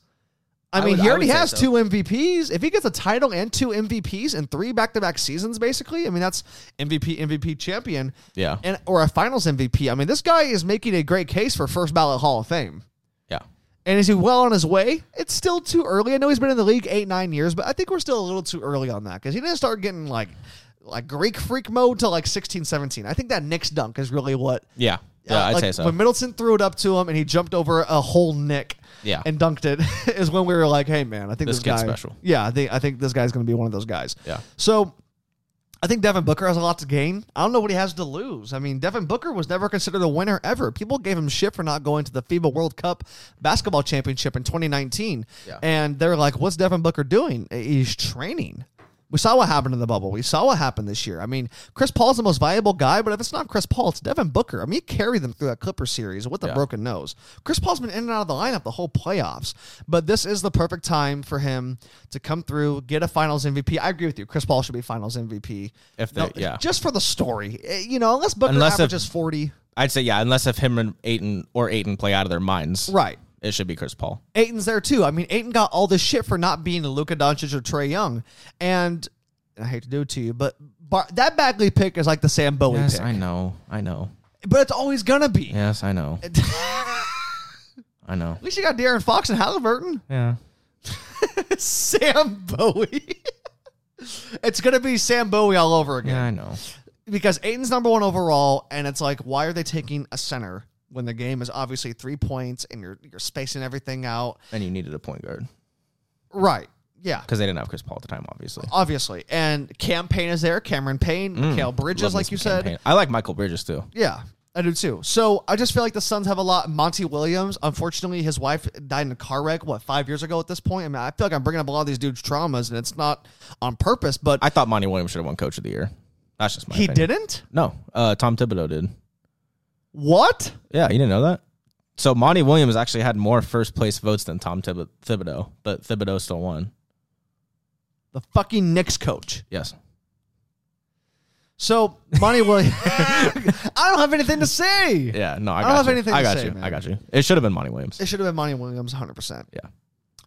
Speaker 1: I
Speaker 3: I
Speaker 1: mean,
Speaker 3: would-
Speaker 1: he
Speaker 3: I
Speaker 1: already
Speaker 3: would say
Speaker 1: has
Speaker 3: so.
Speaker 1: two MVPs. If he gets a title and two MVPs in three back-to-back seasons, basically, I mean, that's MVP, MVP champion,
Speaker 3: Yeah.
Speaker 1: and or a Finals MVP. I mean, this guy is making a great case for first ballot Hall of Fame.
Speaker 3: Yeah.
Speaker 1: And is he well on his way? It's still too early. I know he's been in the league eight, nine years, but I think we're still a little too early on that because he didn't start getting like like Greek freak mode till like 16, 17. I think that Knicks dunk is really what
Speaker 3: Yeah. Yeah.
Speaker 1: uh,
Speaker 3: I'd
Speaker 1: like,
Speaker 3: say so.
Speaker 1: When Middleton threw it up to him and he jumped over a whole nick
Speaker 3: Yeah.
Speaker 1: and dunked it, is when we were like, hey, man, I think this,
Speaker 3: This kid's
Speaker 1: guy-
Speaker 3: special.
Speaker 1: Yeah, I think, I think this guy's going to be one of those guys.
Speaker 3: Yeah.
Speaker 1: So I think Devin Booker has a lot to gain. I don't know what he has to lose. I mean, Devin Booker was never considered a winner ever. People gave him shit for not going to the FIBA World Cup basketball championship in 2019.
Speaker 3: Yeah.
Speaker 1: And they're like, what's Devin Booker doing? He's training. We saw what happened in the bubble. We saw what happened this year. I mean, Chris Paul's the most viable guy, but if it's not Chris Paul, it's Devin Booker. I mean, he carried them through that Clipper series with a
Speaker 3: Yeah.
Speaker 1: broken nose. Chris Paul's been in and out of the lineup the whole playoffs, but this is the perfect time for him to come through, get a Finals MVP. I agree with you. Chris Paul should be Finals MVP.
Speaker 3: If they- yeah.
Speaker 1: just for the story, Eh, you know, unless Booker
Speaker 3: Unless if-
Speaker 1: averages forty,
Speaker 3: I'd say yeah, unless if him and Aiton or Aiton play out of their minds,
Speaker 1: right?
Speaker 3: It should be Chris Paul.
Speaker 1: Aiton's there too. I mean, Aiton got all this shit for not being Luka Doncic or Trey Young, and, and I hate to do it to you, but Bar- that Bagley pick is like the Sam Bowie pick,
Speaker 3: I know. I know.
Speaker 1: but it's always gonna be.
Speaker 3: Yes, I know. I know.
Speaker 1: At least you got Darren Fox and Halliburton.
Speaker 3: Yeah.
Speaker 1: Sam Bowie. it's gonna be Sam Bowie all over again.
Speaker 3: Yeah, I know.
Speaker 1: because Aiden's number one overall, and it's like, why are they taking a center when the game is obviously three points and you're you're spacing everything out?
Speaker 3: And you needed a point guard
Speaker 1: Right. Yeah.
Speaker 3: because they didn't have Chris Paul at the time, obviously.
Speaker 1: Obviously. And Cam Payne is there, Cameron Payne, Mikal
Speaker 3: Mm, Love
Speaker 1: Bridges,
Speaker 3: me
Speaker 1: like
Speaker 3: some
Speaker 1: you
Speaker 3: Cam
Speaker 1: said.
Speaker 3: Payne. I like Michael Bridges too.
Speaker 1: Yeah, I do too. So I just feel like the Suns have a lot. Monty Williams, unfortunately, his wife died in a car wreck, what, five years ago at this point? I mean, I feel like I'm bringing up a lot of these dudes' traumas, and it's not on purpose, but
Speaker 3: I thought Monty Williams should have won Coach of the Year. That's just my.
Speaker 1: he
Speaker 3: opinion.
Speaker 1: didn't?
Speaker 3: No, uh, Tom Thibodeau did.
Speaker 1: What?
Speaker 3: Yeah, you didn't know that. So Monty Williams actually had more first place votes than Tom Thib- Thibodeau, but Thibodeau still won.
Speaker 1: The fucking Knicks coach.
Speaker 3: Yes.
Speaker 1: So Monty Williams, I don't have anything to say.
Speaker 3: Yeah. No, I,
Speaker 1: don't
Speaker 3: got
Speaker 1: have
Speaker 3: you.
Speaker 1: anything
Speaker 3: I
Speaker 1: to
Speaker 3: got
Speaker 1: say,
Speaker 3: you.
Speaker 1: man.
Speaker 3: I got you. It should have been Monty Williams.
Speaker 1: It should have been Monty Williams, hundred percent.
Speaker 3: Yeah.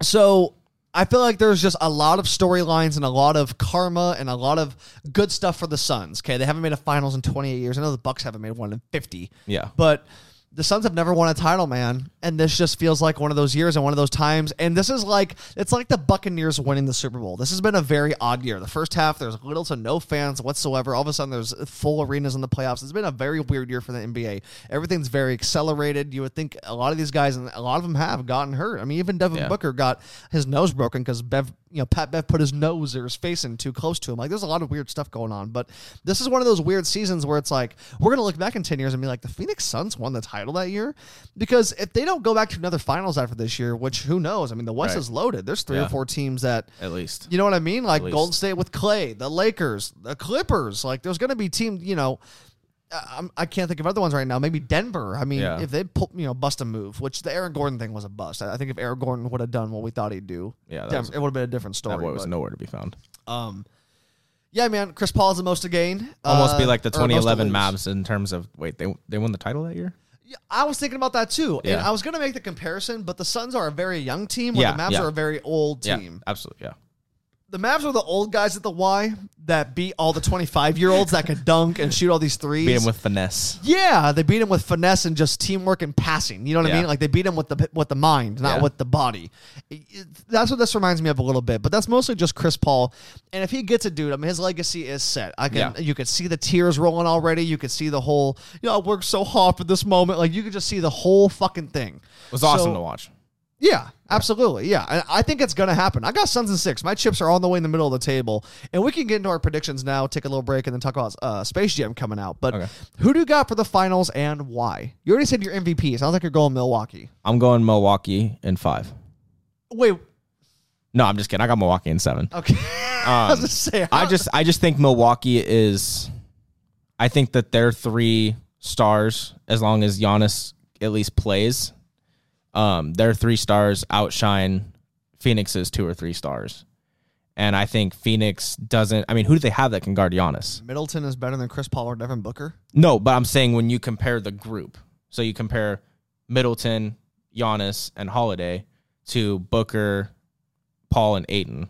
Speaker 1: So I feel like there's just a lot of storylines and a lot of karma and a lot of good stuff for the Suns. Okay, they haven't made a finals in 28 years. I know the Bucks haven't made one in 50.
Speaker 3: Yeah.
Speaker 1: but the Suns have never won a title, man. And this just feels like one of those years and one of those times. And this is like it's like the Buccaneers winning the Super Bowl. This has been a very odd year. The first half there's little to no fans whatsoever. All of a sudden there's full arenas in the playoffs. It's been a very weird year for the NBA. Everything's very accelerated. You would think a lot of these guys and a lot of them have gotten hurt. I mean, even Devin
Speaker 3: Yeah.
Speaker 1: Booker got his nose broken because Bev, you know, Pat Bev put his nose or his face in too close to him. Like, there's a lot of weird stuff going on. But this is one of those weird seasons where it's like we're gonna look back in ten years and be like, the Phoenix Suns won the title that year because if they don't go back to another Finals after this year, which who knows? I mean, the West
Speaker 3: Right.
Speaker 1: is loaded. There's three or
Speaker 3: Yeah.
Speaker 1: four teams that
Speaker 3: At least.
Speaker 1: you know what I mean? Like
Speaker 3: least.
Speaker 1: Golden State with Clay, the Lakers, the Clippers. Like there's going to be team. You know, I- I'm, I can't think of other ones right now. Maybe Denver. I mean,
Speaker 3: Yeah.
Speaker 1: if they pull, you know bust a move, which the Aaron Gordon thing was a bust. I, I think if Aaron Gordon would have done what we thought he'd do,
Speaker 3: Yeah, that
Speaker 1: Denver-
Speaker 3: was-
Speaker 1: it would have been a different story.
Speaker 3: That boy was
Speaker 1: but,
Speaker 3: nowhere to be found.
Speaker 1: um, yeah, man, Chris Paul is the most to gain.
Speaker 3: Almost be
Speaker 1: uh,
Speaker 3: like the
Speaker 1: or most to
Speaker 3: 2011
Speaker 1: lose.
Speaker 3: Mavs in terms of wait, they they won the title that year.
Speaker 1: Yeah, I was thinking about that too, and
Speaker 3: Yeah.
Speaker 1: I was going to make the comparison, but the Suns are a very young team, where
Speaker 3: Yeah,
Speaker 1: the Mavs
Speaker 3: yeah.
Speaker 1: are a very old
Speaker 3: Yeah,
Speaker 1: team.
Speaker 3: absolutely. Yeah,
Speaker 1: the Mavs are the old guys at the Y that beat all the 25 year olds that could dunk and shoot all these threes.
Speaker 3: Beat him with finesse.
Speaker 1: yeah, they beat him with finesse and just teamwork and passing. You know what I
Speaker 3: Yeah.
Speaker 1: mean? Like they beat him with the with the mind, not
Speaker 3: Yeah.
Speaker 1: with the body. It- it- that's what this reminds me of a little bit. But that's mostly just Chris Paul. And if he gets a dude, I mean, his legacy is set. I can
Speaker 3: Yeah.
Speaker 1: you could see the tears rolling already. You could see the whole. You know, I worked so hard for this moment. Like you could just see the whole fucking thing.
Speaker 3: It was awesome
Speaker 1: So-
Speaker 3: to watch.
Speaker 1: yeah, absolutely. Yeah, I, I think it's going to happen. I got Suns and six. My chips are on the way in the middle of the table, and we can get into our predictions now. Take a little break and then talk about uh, Space Jam coming out. But
Speaker 3: Okay.
Speaker 1: who do you got for the finals and why? You already said your MVP. Sounds like you're going Milwaukee.
Speaker 3: I'm going Milwaukee in five.
Speaker 1: Wait,
Speaker 3: No, I'm just kidding. I got Milwaukee in seven.
Speaker 1: okay. I was gonna say,
Speaker 3: Um, I just I just think Milwaukee is I think that their three stars, as long as Giannis at least plays, um, their three stars outshine Phoenix's two or three stars. And I think Phoenix doesn't I mean, who do they have that can guard Giannis?
Speaker 1: Middleton is better than Chris Paul or Devin Booker.
Speaker 3: No, but I'm saying when you compare the group, so you compare Middleton, Giannis, and Holiday to Booker, Paul, and Aiton.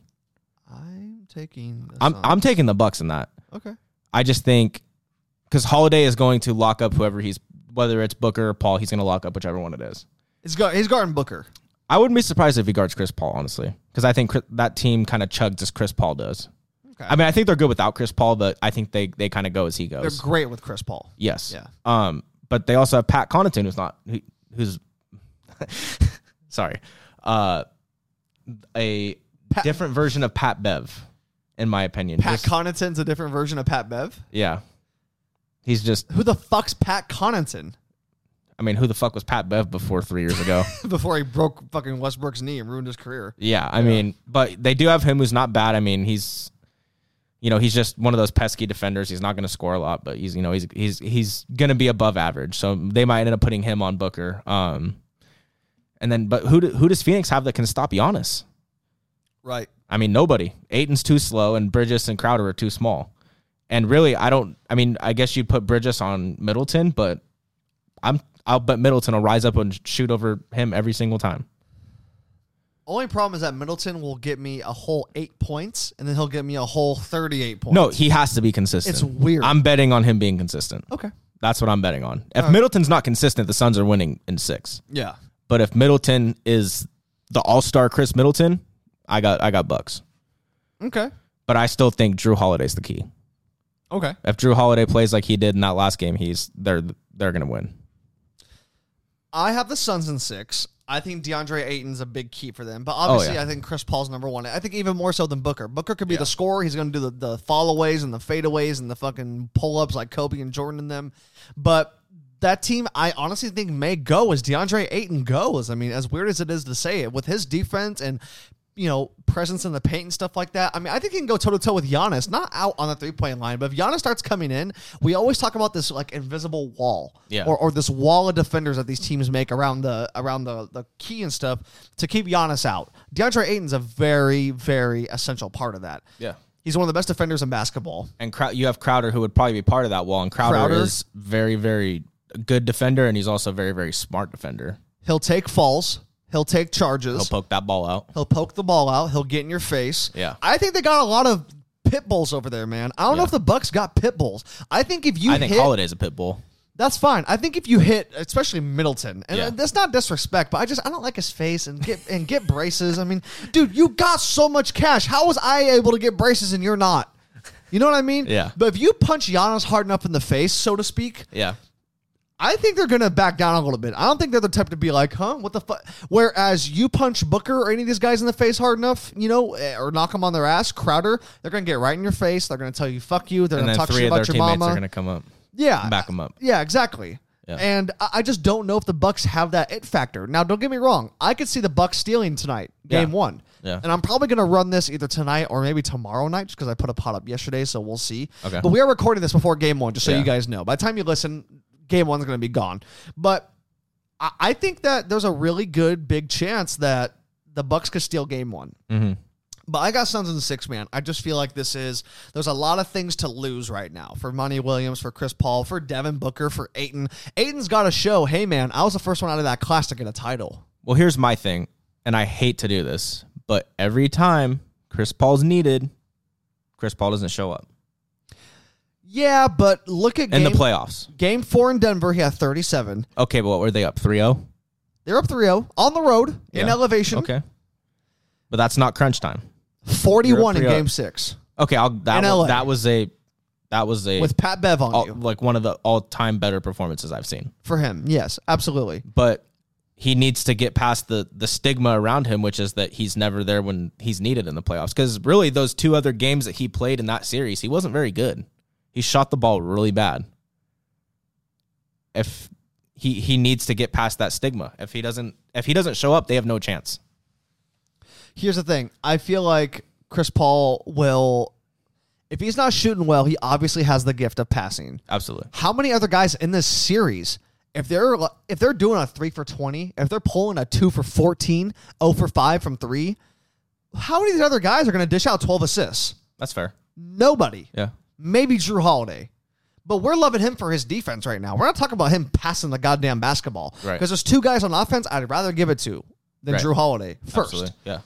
Speaker 1: I'm taking. The
Speaker 3: I'm
Speaker 1: Suns.
Speaker 3: I'm taking the Bucks in that.
Speaker 1: okay.
Speaker 3: I just think because Holiday is going to lock up whoever he's, whether it's Booker or Paul, he's going to lock up whichever one it is.
Speaker 1: He's got. He's guarding Booker.
Speaker 3: I wouldn't be surprised if he guards Chris Paul, honestly, because I think Chris, that team kind of chugs as Chris Paul does.
Speaker 1: Okay.
Speaker 3: I mean, I think they're good without Chris Paul, but I think they they kind of go as he
Speaker 1: They're
Speaker 3: goes.
Speaker 1: great with Chris Paul.
Speaker 3: yes.
Speaker 1: Yeah.
Speaker 3: Um, but they also have Pat Connaughton, who's not who, who's sorry, uh, a
Speaker 1: Pat-
Speaker 3: different version of Pat Bev, in my opinion.
Speaker 1: Pat
Speaker 3: Just-
Speaker 1: Connaughton's a different version of Pat Bev.
Speaker 3: yeah. He's just
Speaker 1: Who the fuck's Pat Connaughton?
Speaker 3: I mean, who the fuck was Pat Bev before three years ago?
Speaker 1: before he broke fucking Westbrook's knee and ruined his career.
Speaker 3: yeah, I mean, but they do have him who's not bad. I mean, he's, you know, he's just one of those pesky defenders. He's not going to score a lot, but he's, you know, he's he's he's going to be above average. So they might end up putting him on Booker. Um, and then, but who do, who does Phoenix have that can stop Giannis?
Speaker 1: Right.
Speaker 3: I mean, nobody. Aiton's too slow, and Bridges and Crowder are too small. And really, I don't. I mean, I guess you'd put Bridges on Middleton, but I'm. I'll bet Middleton will rise up and shoot over him every single time.
Speaker 1: Only problem is that Middleton will get me a whole eight points, and then he'll get me a whole thirty-eight points.
Speaker 3: No, he has to be consistent.
Speaker 1: It's weird.
Speaker 3: I'm betting on him being consistent.
Speaker 1: Okay.
Speaker 3: That's what I'm betting on. If
Speaker 1: Uh,
Speaker 3: Middleton's not consistent, the Suns are winning in six.
Speaker 1: Yeah.
Speaker 3: But if Middleton is the All Star Chris Middleton, I got I got Bucks.
Speaker 1: Okay.
Speaker 3: But I still think Drew Holiday's the key.
Speaker 1: Okay.
Speaker 3: If Drew Holiday plays like he did in that last game, he's they're they're gonna win.
Speaker 1: I have the Suns in six. I think DeAndre Ayton's a big key for them, but obviously,
Speaker 3: yeah.
Speaker 1: I think Chris Paul's number one. I think even more so than Booker. Booker could be the scorer. He's going to do the, the followaways and the fadeaways and the fucking pull ups like Kobe and Jordan and them. But that team, I honestly think may go as DeAndre Ayton goes. I mean, as weird as it is to say it, with his defense and you know presence in the paint and stuff like that. I mean, I think he can go toe to toe with Giannis, not out on the three point line, but if Giannis starts coming in, we always talk about this like invisible wall,
Speaker 3: Yeah.
Speaker 1: or or this wall of defenders that these teams make around the around the, the key and stuff to keep Giannis out. DeAndre Ayton's a very very essential part of that.
Speaker 3: Yeah.
Speaker 1: He's one of the best defenders in basketball.
Speaker 3: And Crow- you have Crowder, who would probably be part of that wall. And Crowder,
Speaker 1: Crowder?
Speaker 3: is very, very good defender, and he's also a very, very smart defender.
Speaker 1: He'll take falls. He'll take charges.
Speaker 3: He'll poke that ball out.
Speaker 1: He'll poke the ball out. He'll get in your face.
Speaker 3: Yeah.
Speaker 1: I think they got a lot of pit bulls over there, man. I don't know if the Bucks got pit bulls. I think if you
Speaker 3: I think
Speaker 1: hit,
Speaker 3: Holiday's a pit bull.
Speaker 1: that's fine. I think if you hit, especially Middleton, and
Speaker 3: Yeah.
Speaker 1: uh, that's not disrespect, but I just I don't like his face and get and get braces. I mean, dude, you got so much cash. How was I able to get braces and you're not? You know what I mean?
Speaker 3: Yeah.
Speaker 1: But if you punch Giannis hard enough in the face, so to speak,
Speaker 3: Yeah.
Speaker 1: I think they're going to back down a little bit. I don't think they're the type to be like, huh, what the fuck? Whereas you punch Booker or any of these guys in the face hard enough, you know, eh, or knock them on their ass, Crowder, they're going to get right in your face. They're going to tell you, fuck you. They're
Speaker 3: And
Speaker 1: going to
Speaker 3: then
Speaker 1: talk shit
Speaker 3: three of their
Speaker 1: about your
Speaker 3: teammates
Speaker 1: mama.
Speaker 3: are going to come up.
Speaker 1: yeah.
Speaker 3: back 'em up.
Speaker 1: Yeah, exactly.
Speaker 3: Yeah.
Speaker 1: And I I just don't know if the Bucks have that it factor. Now, don't get me wrong. I could see the Bucks stealing tonight, game
Speaker 3: Yeah.
Speaker 1: one.
Speaker 3: Yeah.
Speaker 1: And I'm probably going to run this either tonight or maybe tomorrow night just because I put a pot up yesterday, so we'll see.
Speaker 3: Okay.
Speaker 1: But we are recording this before game one, just so
Speaker 3: Yeah.
Speaker 1: you guys know. By the time you listen, game one's going to be gone. But I, I think that there's a really good big chance that the Bucks could steal game one.
Speaker 3: Mm-hmm.
Speaker 1: But I got Suns in six, man. I just feel like this is there's a lot of things to lose right now for Monty Williams, for Chris Paul, for Devin Booker, for Aiton. Aiton's got to show, hey man, I was the first one out of that class to get a title.
Speaker 3: Well, here's my thing, and I hate to do this, but every time Chris Paul's needed. Chris Paul doesn't show up
Speaker 1: Yeah, but look at
Speaker 3: in
Speaker 1: game,
Speaker 3: the playoffs.
Speaker 1: game four in Denver. He had 37.
Speaker 3: Okay, but what were they up oh? 3-0?
Speaker 1: Mm-hmm. They're up 3 0 on the road in
Speaker 3: Yeah.
Speaker 1: elevation.
Speaker 3: Okay, but that's not crunch time.
Speaker 1: 41 in
Speaker 3: You're up 3-0.
Speaker 1: game six
Speaker 3: Okay, I'll, that
Speaker 1: In
Speaker 3: was,
Speaker 1: LA.
Speaker 3: that was a that was a
Speaker 1: with Pat Bev on
Speaker 3: all-
Speaker 1: you
Speaker 3: like one of the all time better performances I've seen.
Speaker 1: for him. Yes, absolutely.
Speaker 3: But he needs to get past the the stigma around him, which is that he's never there when he's needed in the playoffs. Because really, those two other games that he played in that series, he wasn't very good. He shot the ball really bad. If he he needs to get past that stigma. If he doesn't if he doesn't show up, they have no chance.
Speaker 1: Here's the thing I feel like Chris Paul will, if he's not shooting well, he obviously has the gift of passing.
Speaker 3: Absolutely.
Speaker 1: How many other guys in this series? If they're if they're doing a three for twenty, if they're pulling a two for 14, 0 for five from three, how many of these other guys are going to dish out twelve assists?
Speaker 3: That's fair.
Speaker 1: Nobody.
Speaker 3: Yeah.
Speaker 1: maybe Drew Holiday. But we're loving him for his defense right now. We're not talking about him passing the goddamn basketball.
Speaker 3: Right.
Speaker 1: Because there's two guys on offense I'd rather give it to than
Speaker 3: Right.
Speaker 1: Drew Holiday first.
Speaker 3: Absolutely. Yeah.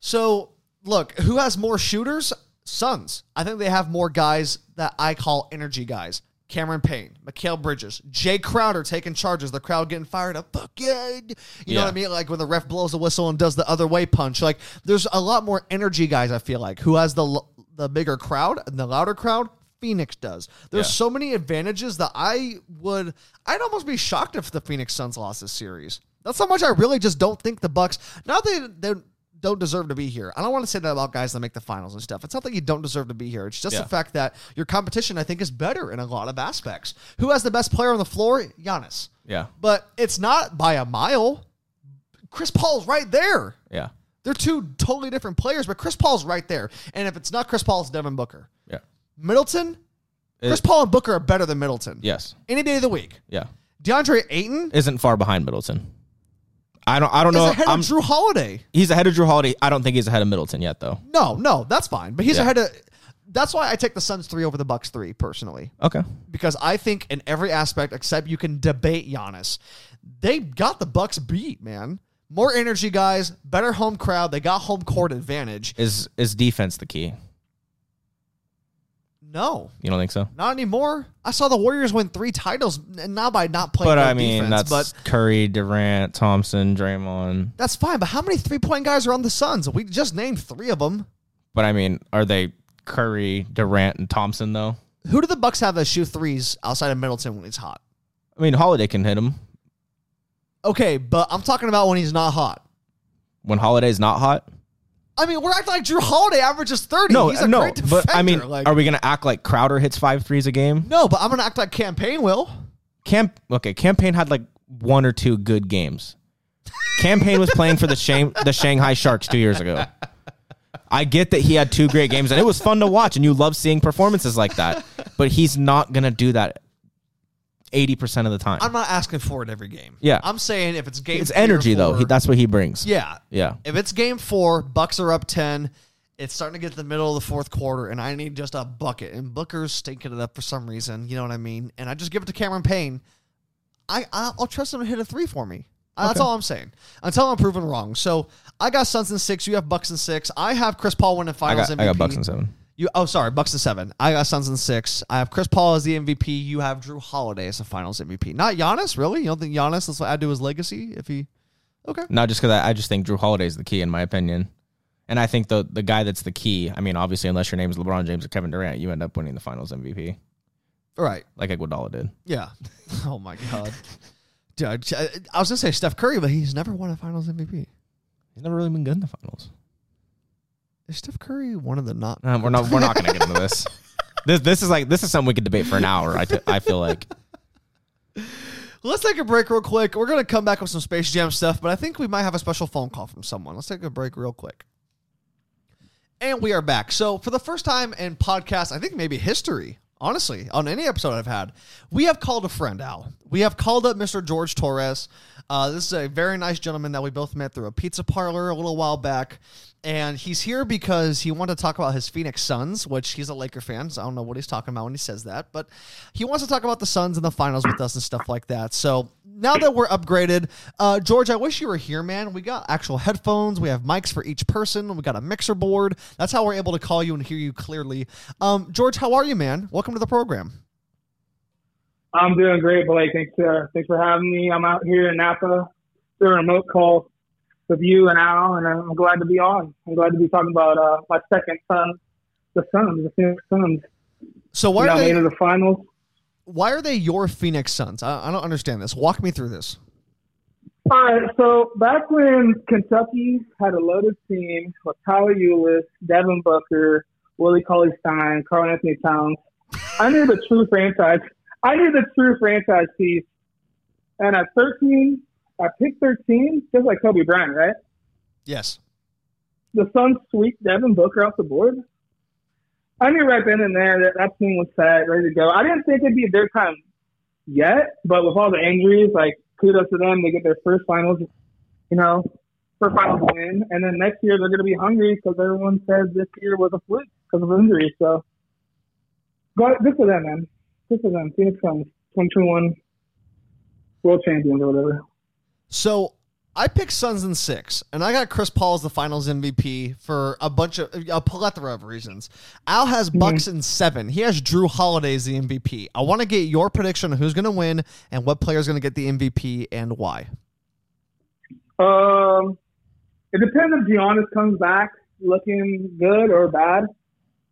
Speaker 1: So, look, who has more shooters? Suns. I think they have more guys that I call energy guys. Cameron Payne, Mikhail Bridges, Jay Crowder taking charges, the crowd getting fired up. Fuck yeah. You know
Speaker 3: Yeah.
Speaker 1: what I mean? Like when the ref blows the whistle and does the other way punch. Like there's a lot more energy guys, I feel like. Who has the l- the bigger crowd and the louder crowd? Phoenix does. There's
Speaker 3: Yeah.
Speaker 1: so many advantages that I would I'd almost be shocked if the Phoenix Suns lost this series. That's how much I really just don't think the Bucks. Not that they, they don't deserve to be here. I don't want to say that about guys that make the finals and stuff. It's not that you don't deserve to be here. It's just
Speaker 3: Yeah.
Speaker 1: the fact that your competition, I think, is better in a lot of aspects. Who has the best player on the floor? Giannis.
Speaker 3: Yeah.
Speaker 1: But it's not by a mile. Chris Paul's right there.
Speaker 3: Yeah.
Speaker 1: They're two totally different players, but Chris Paul's right there. And if it's not Chris Paul, it's Devin Booker.
Speaker 3: Yeah.
Speaker 1: Middleton, Chris
Speaker 3: It-
Speaker 1: Paul and Booker are better than Middleton.
Speaker 3: Yes.
Speaker 1: Any day of the week.
Speaker 3: Yeah.
Speaker 1: DeAndre Ayton
Speaker 3: Isn't far behind Middleton. I don't I don't
Speaker 1: is
Speaker 3: know.
Speaker 1: ahead
Speaker 3: I'm-
Speaker 1: of Drew Holiday.
Speaker 3: He's ahead of Drew Holiday. I don't think he's ahead of Middleton yet, though.
Speaker 1: No, no, that's fine. But he's
Speaker 3: Yeah.
Speaker 1: ahead of. That's why I take the Suns three over the Bucks three personally,
Speaker 3: Okay.
Speaker 1: because I think in every aspect except you can debate Giannis, they got the Bucks beat, man. More energy, guys. Better home crowd. They got home court advantage.
Speaker 3: Is is defense the key?
Speaker 1: No,
Speaker 3: You don't think so?
Speaker 1: not anymore. I saw the Warriors win three titles, and not by not playing.
Speaker 3: But
Speaker 1: good
Speaker 3: I mean,
Speaker 1: defense,
Speaker 3: that's
Speaker 1: but
Speaker 3: Curry, Durant, Thompson, Draymond.
Speaker 1: That's fine, but how many three point guys are on the Suns? We just named three of them.
Speaker 3: But I mean, are they Curry, Durant, and Thompson though?
Speaker 1: Who do the Bucks have that shoot threes outside of Middleton when he's hot?
Speaker 3: I mean, Holiday can hit him
Speaker 1: Okay, but I'm talking about when he's not hot.
Speaker 3: when Holiday's not hot.
Speaker 1: I mean, we're acting like Drew Holiday averages 30.
Speaker 3: No,
Speaker 1: he's a
Speaker 3: no.
Speaker 1: great defender.
Speaker 3: but I mean,
Speaker 1: like,
Speaker 3: are we gonna act like Crowder hits five threes a game?
Speaker 1: no, but I'm gonna act like campaign will.
Speaker 3: Camp. Okay, campaign had like one or two good games. campaign was playing for the Shang- the Shanghai Sharks two years ago. I get that he had two great games and it was fun to watch, and you love seeing performances like that. But he's not gonna do that eighty percent of the time.
Speaker 1: I'm not asking for it every game.
Speaker 3: Yeah.
Speaker 1: I'm saying if it's game,
Speaker 3: it's
Speaker 1: three or
Speaker 3: energy though.
Speaker 1: four-
Speaker 3: He, that's what he brings.
Speaker 1: yeah,
Speaker 3: Yeah.
Speaker 1: If it's game four, Bucks are up ten. It's starting to get to the middle of the fourth quarter, and I need just a bucket. And Booker's stinking it up for some reason. You know what I mean? And I just give it to Cameron Payne. I, I I'll trust him to hit a three for me. Uh, That's all I'm saying. Until I'm proven wrong. So I got Suns in six. You have Bucks in six. I have Chris Paul winning
Speaker 3: I
Speaker 1: Finals
Speaker 3: got,
Speaker 1: MVP.
Speaker 3: I got Bucks and seven.
Speaker 1: You oh sorry, Bucks and seven. I got Suns and six. I have Chris Paul as the MVP. You have Drew Holiday as the Finals MVP. Not Giannis, really? You don't think Giannis? That's what I do his legacy. If he okay.
Speaker 3: Not just because I, I just think Drew Holiday's the key, in my opinion. And I think the the guy that's the key. I mean, obviously, unless your name is LeBron James or Kevin Durant, you end up winning the Finals MVP,
Speaker 1: All right.
Speaker 3: like Iguodala did.
Speaker 1: Yeah. Oh my god. Dude, I I was gonna say Steph Curry, but he's never won a Finals MVP.
Speaker 3: He's never really been good in the Finals.
Speaker 1: Is Steph Curry one of the not?
Speaker 3: Um, we're not we're not going to get into this. This this is like this is something we could debate for an hour. I, t- I feel like
Speaker 1: Let's take a break real quick. We're gonna come back with some Space Jam stuff, but I think we might have a special phone call from someone. Let's take a break real quick. And we are back. So for the first time in podcast, I think maybe history, honestly, on any episode I've had, we have called a friend out. We have called up Mr. George Torres. Uh, this is a very nice gentleman that we both met through a pizza parlor a little while back. and he's here because he wanted to talk about his Phoenix Suns, which he's a Laker fan. So I don't know what he's talking about when he says that, but he wants to talk about the Suns and the finals with us and stuff like that. So now that we're upgraded, uh, George, I wish you were here, man. We got actual headphones, we have mics for each person, we got a mixer board. That's how we're able to call you and hear you clearly. Um, George, how are you, man? Welcome to the program.
Speaker 4: I'm doing great, Blake. Thanks, uh, thanks for having me. I'm out here in Napa doing a remote call with you and Al, and I'm glad to be on. I'm glad to be talking about uh, my second son, the Suns, the Phoenix Suns.
Speaker 1: So why
Speaker 4: You know,
Speaker 1: are
Speaker 4: made
Speaker 1: they,
Speaker 4: it to the finals.
Speaker 1: why are they your Phoenix Suns? I, I don't understand this. Walk me through this.
Speaker 4: All right, so back when Kentucky had a loaded team with Tyler Eulis, Devin Booker, Willie Cauley Stein, Carl Anthony Towns, I knew the true franchise. I knew the true franchise piece. And at 13, I picked 13, just like Kobe Bryant, right?
Speaker 1: Yes.
Speaker 4: the Suns sweep Devin Booker off the board. I knew right then and there that that team was set, ready to go. I didn't think it'd be their time yet, but with all the injuries, like kudos to them, they get their first finals, you know, first finals win, and then next year they're going to be hungry because everyone says this year was a fluke because of injuries. So, but good for them, man. Good for them. Phoenix Suns, 2021 world champions or whatever.
Speaker 1: So I picked Suns in six, and I got Chris Paul as the Finals MVP for a bunch of a plethora of reasons. Al has
Speaker 4: Mm-hmm.
Speaker 1: Bucks in seven. He has Drew Holiday as the MVP. I want to get your prediction on who's going to win and what player is going to get the MVP and why.
Speaker 4: Um, it depends if Giannis comes back looking good or bad.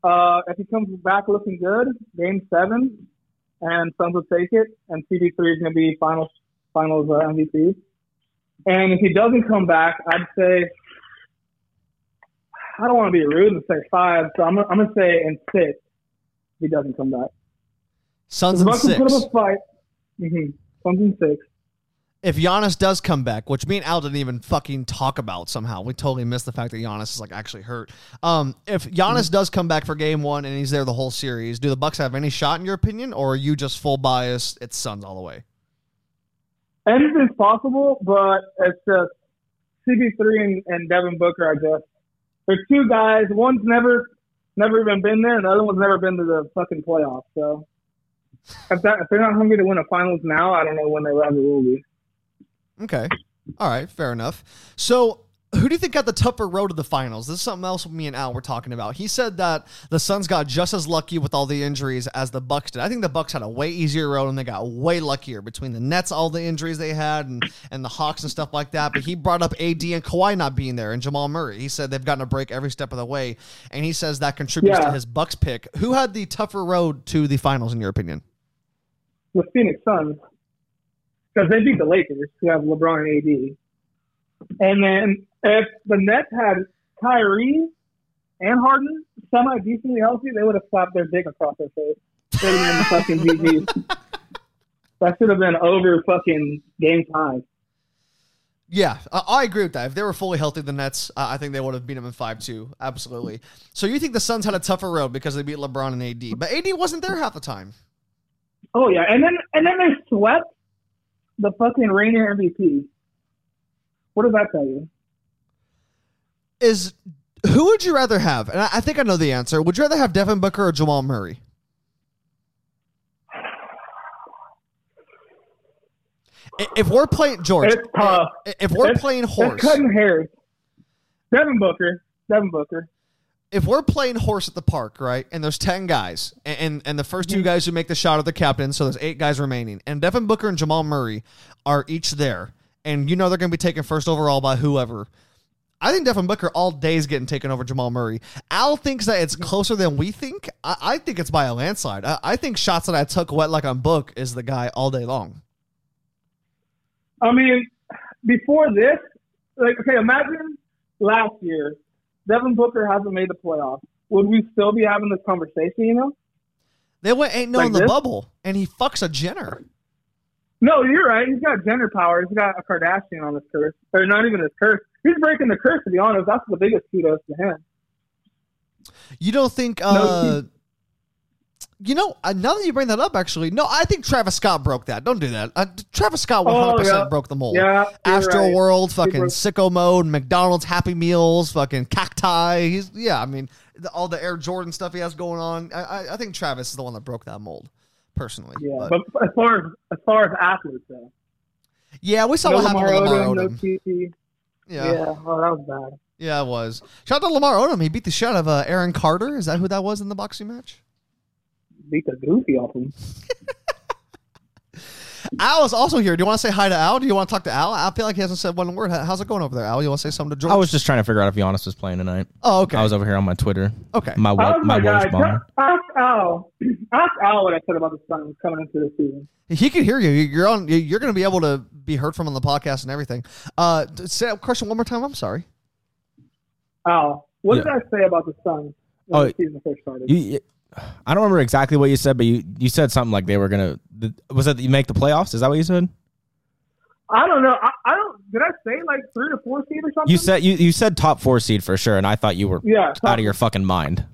Speaker 4: Uh, if he comes back looking good, game seven, and Suns will take it, and CD3 is going to be finals finals uh, MVP. And if he doesn't come back, I'd say I don't want to be rude and say five, so I'm, gonna- I'm gonna say in six. If he doesn't come back,
Speaker 1: Suns
Speaker 4: the
Speaker 1: in
Speaker 4: Bucks will
Speaker 1: six.
Speaker 4: put up a fight. Mm-hmm. Suns in six.
Speaker 1: If Giannis does come back, which me and Al didn't even fucking talk about somehow, we totally missed the fact that Giannis is like actually hurt. Um, if Giannis
Speaker 4: Mm-hmm.
Speaker 1: does come back for Game One and he's there the whole series, do the Bucks have any shot in your opinion, or are you just full biased? It's Suns all the way.
Speaker 4: Anything's possible, but it's just CB3 and, and Devin Booker. I guess they're two guys. One's never, never even been there, and the other one's never been to the fucking playoffs. So if, that, if they're not hungry to win a finals now, I don't know when they ever will be.
Speaker 1: Okay. All right. Fair enough. So, who do you think got the tougher road to the finals? This is something else me and Al were talking about. He said that the Suns got just as lucky with all the injuries as the Bucks did. I think the Bucks had a way easier road and they got way luckier between the Nets, all the injuries they had, and and the Hawks and stuff like that. But he brought up AD and Kawhi not being there and Jamal Murray. He said they've gotten a break every step of the way, and he says that contributes to
Speaker 4: Yeah.
Speaker 1: his Bucks pick. Who had the tougher road to the finals in your opinion?
Speaker 4: The Phoenix Suns because they beat the Lakers, who have LeBron and AD. And then if the Nets had Kyrie and Harden semi decently healthy, they would have slapped their dick across their face. They would have been fucking GG. That should have been over fucking game time.
Speaker 1: Yeah, I, I agree with that. If they were fully healthy, the Nets, uh, I think they would have beat them in five two. Absolutely. So you think the Suns had a tougher road because they beat LeBron and AD, but AD wasn't there half the time.
Speaker 4: Oh yeah, and then and then they swept the fucking reigning MVP. What does that tell you?
Speaker 1: Is who would you rather have? And I, I think I know the answer. Would you rather have Devin Booker or Jamal Murray? I- If we're playing George,
Speaker 4: It's tough.
Speaker 1: i- if we're
Speaker 4: It's-
Speaker 1: playing
Speaker 4: It's
Speaker 1: horse,
Speaker 4: cutting hairs. Devin Booker. Devin Booker.
Speaker 1: if we're playing horse at the park, right, and there's ten guys, and and, and the first
Speaker 4: Mm-hmm.
Speaker 1: two guys who make the shot are the captain, so there's eight guys remaining, and Devin Booker and Jamal Murray are each there, and you know they're going to be taken first overall by whoever. I think Devin Booker all day is getting taken over Jamal Murray. Al thinks that it's closer than we think. I, I think it's by a landslide. I, I think shots that I took wet like on Book is the guy all day long.
Speaker 4: I mean, before this, like, okay, imagine last year, Devin Booker hasn't made the playoffs. Would we still be having this conversation, you know?
Speaker 1: They went ain't no
Speaker 4: Like
Speaker 1: in the
Speaker 4: this?
Speaker 1: bubble, and he fucks a Jenner.
Speaker 4: No, you're right. He's got gender power. He's got a Kardashian on his curse. Or not even his curse. He's breaking the curse, to be honest. That's the biggest kudos to him.
Speaker 1: You don't think uh, You know, uh, now that you bring that up, actually, no, I think Travis Scott broke that. Don't do that. Uh, Travis Scott 100%
Speaker 4: Oh, yeah.
Speaker 1: broke the mold.
Speaker 4: Yeah, you're
Speaker 1: Astro
Speaker 4: right.
Speaker 1: World, fucking
Speaker 4: broke-
Speaker 1: Sicko Mode, McDonald's Happy Meals, fucking Cacti. He's yeah, I mean, the, all the Air Jordan stuff he has going on. I, I, I think Travis is the one that broke that mold, personally.
Speaker 4: Yeah,
Speaker 1: but,
Speaker 4: but as far as as far as athletes though,
Speaker 1: yeah, we saw
Speaker 4: no
Speaker 1: what happened
Speaker 4: Lamar
Speaker 1: with Lamar
Speaker 4: Odom, no
Speaker 1: Odom.
Speaker 4: TT. Yeah,
Speaker 1: yeah,
Speaker 4: oh, that was bad.
Speaker 1: yeah, it was. Shout out to Lamar Odom. He beat the shit out of uh, Aaron Carter. Is that who that was in the boxing match?
Speaker 4: Beat the goofy off him.
Speaker 1: Al is also here. Do you want to say hi to Al? Do you want to talk to Al? I feel like he hasn't said one word. How- How's it going over there, Al? You want to say something to George?
Speaker 3: I was just trying to figure out if Giannis was playing tonight.
Speaker 1: Oh, okay.
Speaker 3: I was over here on my Twitter.
Speaker 1: okay.
Speaker 3: My
Speaker 4: Oh
Speaker 3: wa- my,
Speaker 4: my
Speaker 3: Welsh
Speaker 4: god,
Speaker 3: bomber.
Speaker 4: ask Al, ask Al what I said about the Suns coming into the season.
Speaker 1: He can hear you. You're on. You're going to be able to be heard from on the podcast and everything. Uh, say that question one more time. I'm sorry.
Speaker 4: Al, what
Speaker 3: Yeah.
Speaker 4: did I say about the Suns when
Speaker 3: Oh,
Speaker 4: the season first started?
Speaker 3: You, you- I don't remember exactly what you said, but you, you said something like they were gonna. th- Was that you make the playoffs? Is that what you said?
Speaker 4: I don't know. I, I don't. Did I say like three or four seed or something?
Speaker 3: You said you, you said top four seed for sure, and I thought you were
Speaker 4: yeah.
Speaker 3: out of your fucking mind.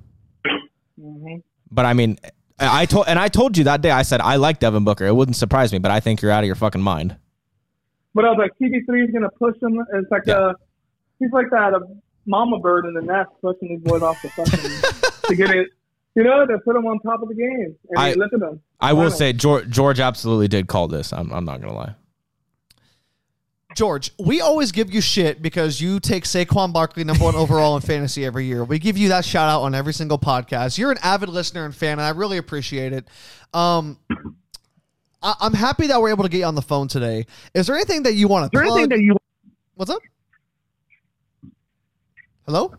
Speaker 4: Mhm.
Speaker 3: But I mean, I I told and I told you that day. I said I like Devin Booker. It wouldn't surprise me, but I think you're out of your fucking mind.
Speaker 4: But I was like, CB3 is gonna push him. It's like
Speaker 3: Yeah.
Speaker 4: a, he's like that uh mama bird in the nest pushing these boys off the fucking to get it. You know, they put him on top of the game. And
Speaker 3: I-
Speaker 4: they look at him.
Speaker 3: I will
Speaker 4: Wow.
Speaker 3: say George, George absolutely did call this. I'm, I'm not gonna lie.
Speaker 1: George, we always give you shit because you take Saquon Barkley number one overall in fantasy every year. We give you that shout out on every single podcast. You're an avid listener and fan, and I really appreciate it. Um, I- I'm happy that we're able to get you on the phone today. Is there anything that you want to
Speaker 4: Is there anything
Speaker 1: plug?
Speaker 4: that you?
Speaker 1: What's up? Hello?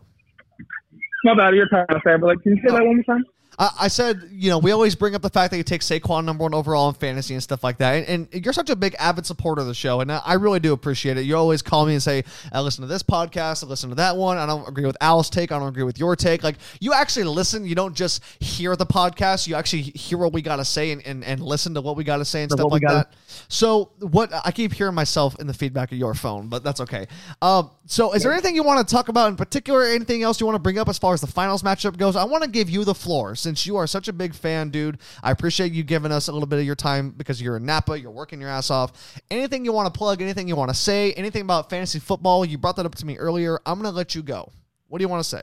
Speaker 4: My bad, you're tired of saying, but like, can you say that one more time?
Speaker 1: I, I said, you know, we always bring up the fact that you take Saquon number one overall in fantasy and stuff like that. And, and you're such a big avid supporter of the show, and I- I really do appreciate it. You always call me and say, "I listen to this podcast, I listen to that one. I don't agree with Al's take. I don't agree with your take." Like you actually listen. You don't just hear the podcast. You actually hear what we gotta say and, and, and listen to what we gotta say and stuff
Speaker 4: what we
Speaker 1: like
Speaker 4: gotta
Speaker 1: that. So what I keep hearing myself in the feedback of your phone, but that's okay. Um, so is there anything you want to talk about in particular? Anything else you want to bring up as far as the finals matchup goes? I want to give you the floor since you are such a big fan, dude. I appreciate you giving us a little bit of your time because you're in Napa, you're working your ass off. Anything you want to plug? Anything you want to say? Anything about fantasy football? You brought that up to me earlier. I'm gonna let you go. What do you want to say?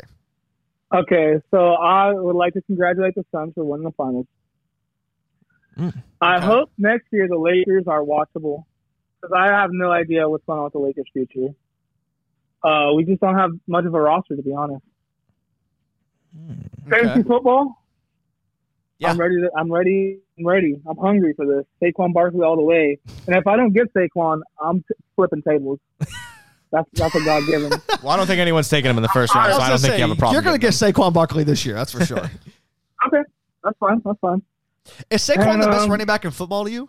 Speaker 4: Okay, so I would like to congratulate the Suns for winning the finals. I hope next year the Lakers are watchable because I have no idea what's going on with the Lakers' future. Uh, we just don't have much of a roster, to be honest. Fantasy football.
Speaker 3: Yeah.
Speaker 4: I'm ready. To, I'm ready. I'm ready. I'm hungry for this. Saquon Barkley all the way. And if I don't get Saquon, I'm t- flipping tables. that's that's a God given.
Speaker 3: Well, I don't think anyone's taking him in the first round, so I don't
Speaker 1: was gonna
Speaker 3: think
Speaker 1: say,
Speaker 3: you have a problem.
Speaker 1: You're gonna
Speaker 3: getting
Speaker 1: get Saquon Barkley this year, that's for sure.
Speaker 4: okay, that's fine. That's fine.
Speaker 1: Is Saquon
Speaker 4: And,
Speaker 1: the best
Speaker 4: um,
Speaker 1: running back in football to you?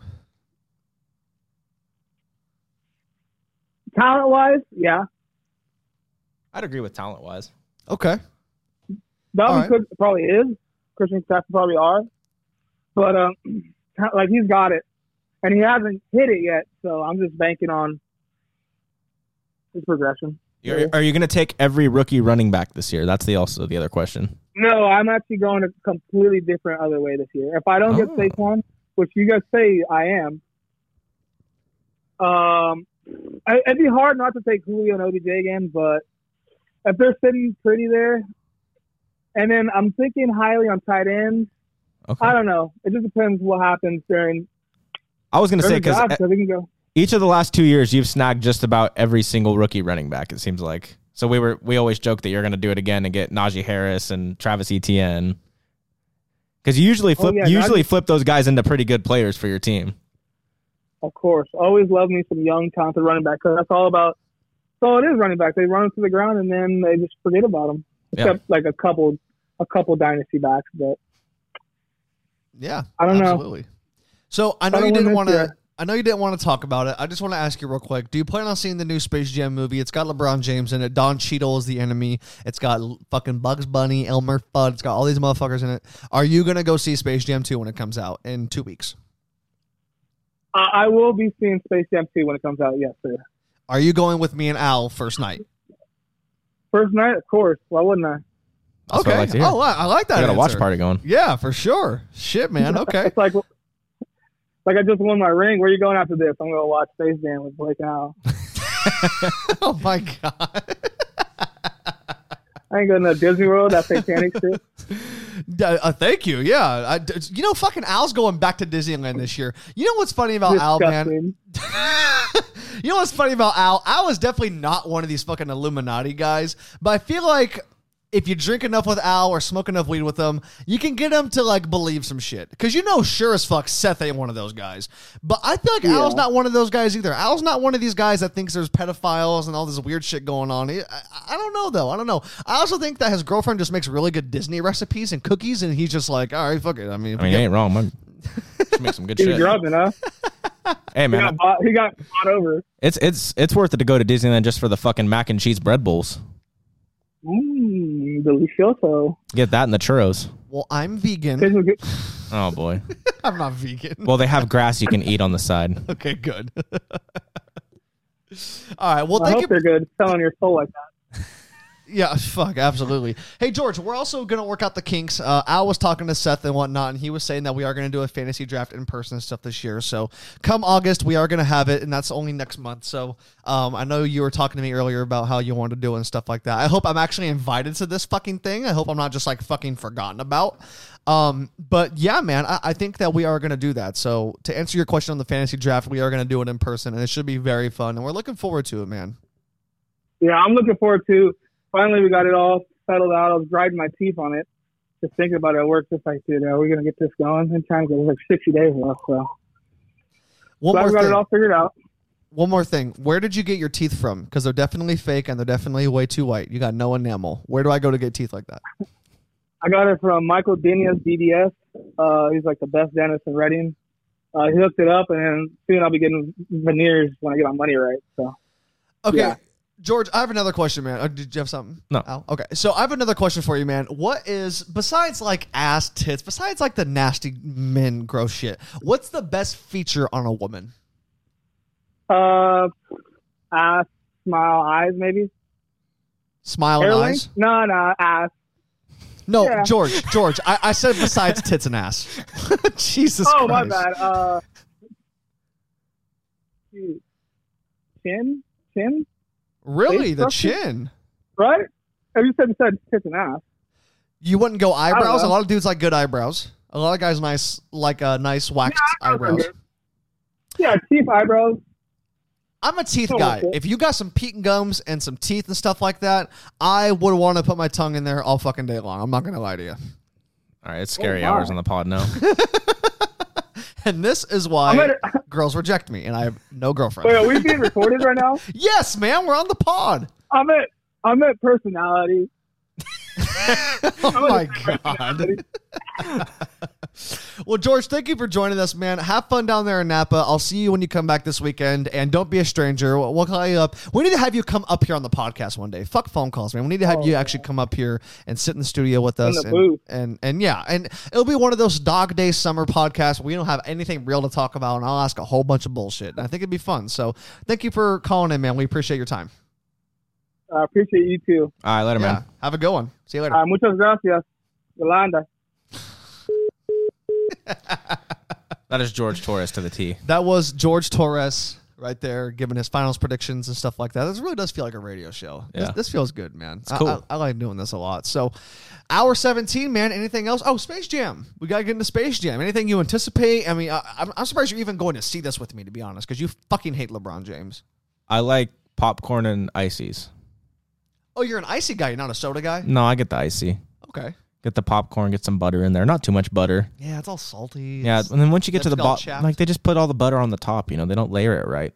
Speaker 4: Talent wise, yeah.
Speaker 3: him. I'd agree with talent wise.
Speaker 1: Okay.
Speaker 4: Dalvin
Speaker 1: Alright.
Speaker 4: Cook probably is. Christian Stafford probably are. But um, like he's got it, and he hasn't hit it yet. So I'm just banking on his progression.
Speaker 3: You're, are you gonna take every rookie running back this year? That's the also the other question.
Speaker 4: No, I'm actually going a completely different other way this year. If I don't get
Speaker 3: Oh.
Speaker 4: Saquon, which you guys say I am, um, I, it'd be hard not to take Julio and OBJ again. But if they're sitting pretty there, and then I'm thinking highly on tight ends.
Speaker 3: Okay.
Speaker 4: I don't know. It just depends what happens during
Speaker 3: I was gonna say
Speaker 4: during the
Speaker 3: because
Speaker 4: draft. So we can go.
Speaker 3: each of the last two years you've snagged just about every single rookie running back. It seems like so we were we always joke that you're gonna do it again and get Najee Harris and Travis Etienne because you usually
Speaker 4: Oh,
Speaker 3: flip
Speaker 4: yeah,
Speaker 3: you usually flip those guys into pretty good players for your team.
Speaker 4: Of course, always love me some young, talented running back. 'cause that's all about. So it is running back. They run them to the ground and then they just forget about them.
Speaker 3: Yeah.
Speaker 4: Except like a couple, a couple dynasty backs. But
Speaker 1: Yeah.
Speaker 4: I don't know.
Speaker 1: absolutely. So I know
Speaker 4: I don't
Speaker 1: you didn't want
Speaker 4: wanna miss
Speaker 1: to. I know you didn't want to talk about it. I just want to ask you real quick. Do you plan on seeing the new Space Jam movie? It's got LeBron James in it. Don Cheadle is the enemy. It's got l- fucking Bugs Bunny, Elmer Fudd. It's got all these motherfuckers in it. Are you gonna go see Space Jam 2 when it comes out in two weeks?
Speaker 4: I, I will be seeing Space Jam 2 when it comes out. Yes, sir.
Speaker 1: Are you going with me and Al first night?
Speaker 4: First night, of course. Why wouldn't I?
Speaker 3: That's what
Speaker 1: okay.
Speaker 3: I like to hear.
Speaker 1: Oh, I, I like that.
Speaker 3: I got a watch
Speaker 1: answer.
Speaker 3: party going.
Speaker 1: Yeah, for sure. Shit, man. Okay.
Speaker 4: It's like, like I just won my ring. Where you going after this? I'm gonna watch Space Jam with Blake Now.
Speaker 1: oh my god.
Speaker 4: I ain't going to Disney World. That satanic shit.
Speaker 1: Uh, thank you. Yeah. I, d- you know, fucking Al's going back to Disneyland this year. You know what's funny about Oh, Al, man?
Speaker 4: Disgusting.
Speaker 1: you know what's funny about Al? Al is definitely not one of these fucking Illuminati guys, but I feel like if you drink enough with Al or smoke enough weed with him, you can get him to like believe some shit. Because you know, sure as fuck, Seth ain't one of those guys. But I feel like Al's not one of those guys either. Al's not one of these guys that thinks there's pedophiles and all this weird shit going on. He- I, I don't know though. I don't know. I also think that his girlfriend just makes really good Disney recipes and cookies, and he's just like, all right, fuck it. I mean,
Speaker 3: I mean, it ain't wrong. Man. Should make some good
Speaker 4: He was
Speaker 3: shit.
Speaker 4: grubbing, huh?
Speaker 3: Hey
Speaker 4: He
Speaker 3: man,
Speaker 4: got, bought, he got bought over.
Speaker 3: it's it's it's worth it to go to Disneyland just for the fucking mac and cheese bread bowls.
Speaker 4: Mmm, delicioso.
Speaker 3: Get that and the churros.
Speaker 1: well, I'm vegan.
Speaker 4: Tastes good.
Speaker 3: Oh boy.
Speaker 1: I'm not vegan.
Speaker 3: Well, they have grass you can eat on the side.
Speaker 1: Okay, good. All right. Well,
Speaker 4: I
Speaker 1: thank
Speaker 4: hope
Speaker 1: you.
Speaker 4: they're good. Selling your soul like that.
Speaker 1: Yeah, fuck, absolutely. Hey, George, we're also going to work out the kinks. Uh, Al was talking to Seth and whatnot, and he was saying that we are going to do a fantasy draft in person and stuff this year. So, come August, we are going to have it, and that's only next month. So, um, I know you were talking to me earlier about how you wanted to do it and stuff like that. I hope I'm actually invited to this fucking thing. I hope I'm not just like fucking forgotten about. Um, but yeah, man, I, I think that we are going to do that. So, to answer your question on the fantasy draft, we are going to do it in person, and it should be very fun, and we're looking forward to it, man.
Speaker 4: Yeah, I'm looking forward to. Finally, we got it all settled out. I was grinding my teeth on it. Just thinking about it at work, just like, dude, are we gonna get this going? And time goes like 60 days left. So
Speaker 1: One
Speaker 4: glad
Speaker 1: more
Speaker 4: we got
Speaker 1: thing.
Speaker 4: it all figured out.
Speaker 1: One more thing. Where did you get your teeth from? Because they're definitely fake and they're definitely way too white. You got no enamel. Where do I go to get teeth like that?
Speaker 4: I got it from Michael Dinia's DDS. Uh, he's like the best dentist in Reading. Uh, he hooked it up, and then soon I'll be getting veneers when I get my money right. So
Speaker 1: Okay.
Speaker 4: Yeah.
Speaker 1: George, I have another question, man. Uh, did you have something?
Speaker 3: No.
Speaker 1: Al? Okay. So I have another question for you, man. What is, besides like ass tits, besides like the nasty men gross shit, what's the best feature on a woman?
Speaker 4: Uh, ass, smile, eyes, maybe.
Speaker 1: Smile and
Speaker 4: Airline?
Speaker 1: eyes?
Speaker 4: No, no, ass.
Speaker 1: No,
Speaker 4: Yeah.
Speaker 1: George, George. I, I said besides tits and ass. Jesus
Speaker 4: oh, my
Speaker 1: Christ.
Speaker 4: bad. Uh, shoot. chin, chin,
Speaker 1: Really?
Speaker 4: Face
Speaker 1: The
Speaker 4: structure?
Speaker 1: chin?
Speaker 4: right? Oh, you said you said tits and ass.
Speaker 1: You wouldn't go eyebrows. A
Speaker 4: know.
Speaker 1: lot of dudes like good eyebrows. A lot of guys nice like uh, nice waxed eyebrows.
Speaker 4: Yeah, cheap eyebrows.
Speaker 1: I'm a teeth
Speaker 4: Don't
Speaker 1: guy.
Speaker 4: like it.
Speaker 1: If you got some peat and gums and some teeth and stuff like that, I would want to put my tongue in there all fucking day long. I'm not gonna lie to you.
Speaker 3: All right, it's scary
Speaker 4: wow.
Speaker 3: hours on the pod now.
Speaker 1: And this is why
Speaker 4: I'm gonna-
Speaker 1: girls reject me, and I have no girlfriend.
Speaker 4: Wait, are we being recorded right now?
Speaker 1: Yes, man, we're on the pod.
Speaker 4: I'm at I'm at personality.
Speaker 1: Oh my
Speaker 4: different
Speaker 1: god. well, George, thank you for joining us, man. Have fun down there in Napa. I'll see you when you come back this weekend, and don't be a stranger. We'll we'll call you up. We need to have you come up here on the podcast one day. Fuck phone calls, man. We need to have you actually come up here and sit in the studio with us,
Speaker 4: Oh, the
Speaker 1: and,
Speaker 4: booth.
Speaker 1: and and yeah, and it'll be one of those dog day summer podcasts. Where we don't have anything real to talk about, and I'll ask a whole bunch of bullshit. And I think it'd be fun. So, thank you for calling in, man. We appreciate your time.
Speaker 4: I appreciate you too.
Speaker 3: All right, later,
Speaker 1: Yeah,
Speaker 3: man.
Speaker 1: have a good one. See you later.
Speaker 4: Uh, muchas gracias, Yolanda.
Speaker 3: That is George Torres to the T.
Speaker 1: That was George Torres right there giving his finals predictions and stuff like that. This really does feel like a radio show. This,
Speaker 3: Yeah.
Speaker 1: this feels good, man. I-
Speaker 3: cool.
Speaker 1: I, I like doing this a lot. So, hour 17, man. Anything else? Oh, Space Jam. We got to get into Space Jam. Anything you anticipate? I mean, I, I'm, I'm surprised you're even going to see this with me, to be honest, because you fucking hate LeBron James.
Speaker 3: I like popcorn and ices.
Speaker 1: Oh, you're an icy guy. You're not a soda guy?
Speaker 3: No, I get the icy.
Speaker 1: Okay.
Speaker 3: Get the popcorn, get some butter in there. Not too much butter.
Speaker 1: Yeah, it's all salty.
Speaker 3: Yeah,
Speaker 1: It's-
Speaker 3: and then once you get to the
Speaker 1: It's all
Speaker 3: bottom,
Speaker 1: chapped.
Speaker 3: like they just put all the butter on the top. You know, they don't layer it right.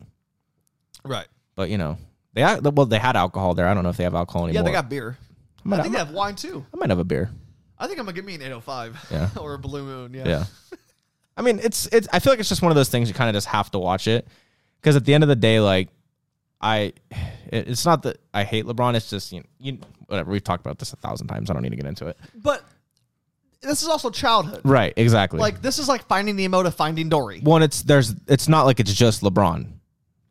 Speaker 1: right.
Speaker 3: But you know, they ac- well they had alcohol there. I don't know if they have alcohol
Speaker 1: Yeah,
Speaker 3: anymore.
Speaker 1: they got beer.
Speaker 3: I might,
Speaker 1: I
Speaker 3: I
Speaker 1: think they
Speaker 3: might-
Speaker 1: have wine too.
Speaker 3: I might have a beer.
Speaker 1: I think I'm going to give me an 805
Speaker 3: Yeah.
Speaker 1: or a Blue Moon.
Speaker 3: Yeah. I mean, it's it's. I feel like it's just one of those things you kind of just have to watch it because at the end of the day, like I, it, it's not that I hate LeBron. It's just you, know, you whatever. We've talked about this a thousand times. I don't need to get into it.
Speaker 1: But this is also childhood.
Speaker 3: Right. Exactly.
Speaker 1: Like this is like Finding Nemo to Finding Dory.
Speaker 3: one, it's there's. It's not like it's just LeBron.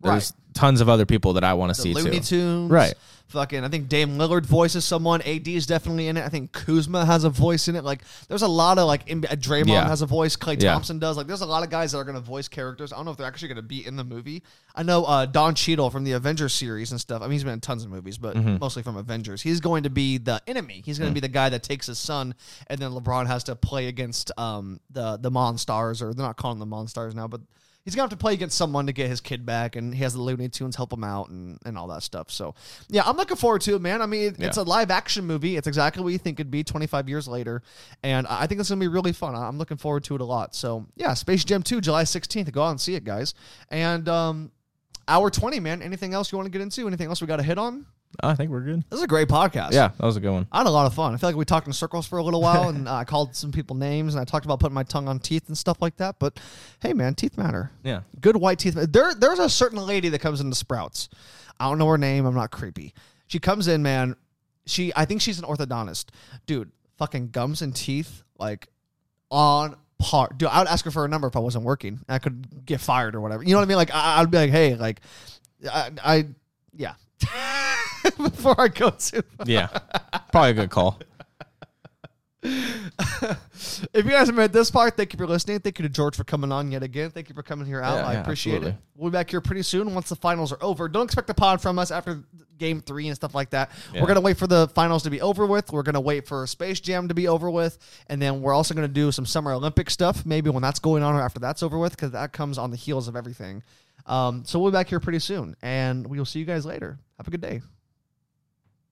Speaker 3: There's tons of other people that I want to see
Speaker 1: Looney
Speaker 3: too.
Speaker 1: Tunes,
Speaker 3: Right.
Speaker 1: Fucking, I think Dame Lillard voices someone. AD is definitely in it. I think Kuzma has a voice in it. Like, there's a lot of like in, uh, Draymond
Speaker 3: Yeah.
Speaker 1: has a voice. Clay
Speaker 3: Yeah.
Speaker 1: Thompson does. Like, there's a lot of guys that are gonna voice characters. I don't know if they're actually gonna be in the movie. I know uh, Don Cheadle from the Avengers series and stuff. I mean, he's been in tons of movies, but
Speaker 3: Mm-hmm.
Speaker 1: mostly from Avengers. He's going to be the enemy. He's
Speaker 3: Mm.
Speaker 1: gonna be the guy that takes his son, and then LeBron has to play against um the the Monstars, or they're not calling them Monstars now, but he's gonna have to play against someone to get his kid back, and he has the Looney Tunes help him out and, and all that stuff. So yeah, I'm looking forward to it, man. I mean, it- it's
Speaker 3: Yeah.
Speaker 1: a live action movie. It's exactly what you think it'd be 25 years later, and I I think it's gonna be really fun. I- I'm looking forward to it a lot. So yeah, Space Jam 2, July 16th. Go out and see it, guys. And um, hour 20, man. Anything else you want to get into? Anything else we got to hit on?
Speaker 3: Oh, I think we're good.
Speaker 1: This is a great podcast.
Speaker 3: Yeah, that was a good one.
Speaker 1: I had a lot of fun. I feel like we talked in circles for a little while, and uh, I called some people names, and I talked about putting my tongue on teeth and stuff like that. But hey, man, teeth matter
Speaker 3: Yeah.
Speaker 1: good white teeth. There, there's a certain lady that comes into Sprouts. I don't know her name. I'm not creepy. She comes in, man. She, I think she's an orthodontist, dude. Fucking gums and teeth, like on par. Dude, I would ask her for a number if I wasn't working. I could get fired or whatever. You know what I mean? Like I, I'd be like, hey, like, I, I yeah. Before I go to
Speaker 3: Yeah. Probably a good call.
Speaker 1: If you guys have made this part, thank you for listening. Thank you to George for coming on yet again. Thank you for coming here out.
Speaker 3: Yeah,
Speaker 1: I
Speaker 3: yeah,
Speaker 1: appreciate it.
Speaker 3: absolutely.
Speaker 1: We'll be back here pretty soon once the finals are over. Don't expect a pod from us after game three and stuff like that.
Speaker 3: Yeah.
Speaker 1: We're going to wait for the finals to be over with. We're going to wait for Space Jam to be over with. And then we're also going to do some Summer Olympic stuff, maybe when that's going on or after that's over with, because that comes on the heels of everything. Um, so we'll be back here pretty soon. And we will see you guys later. Have a good day.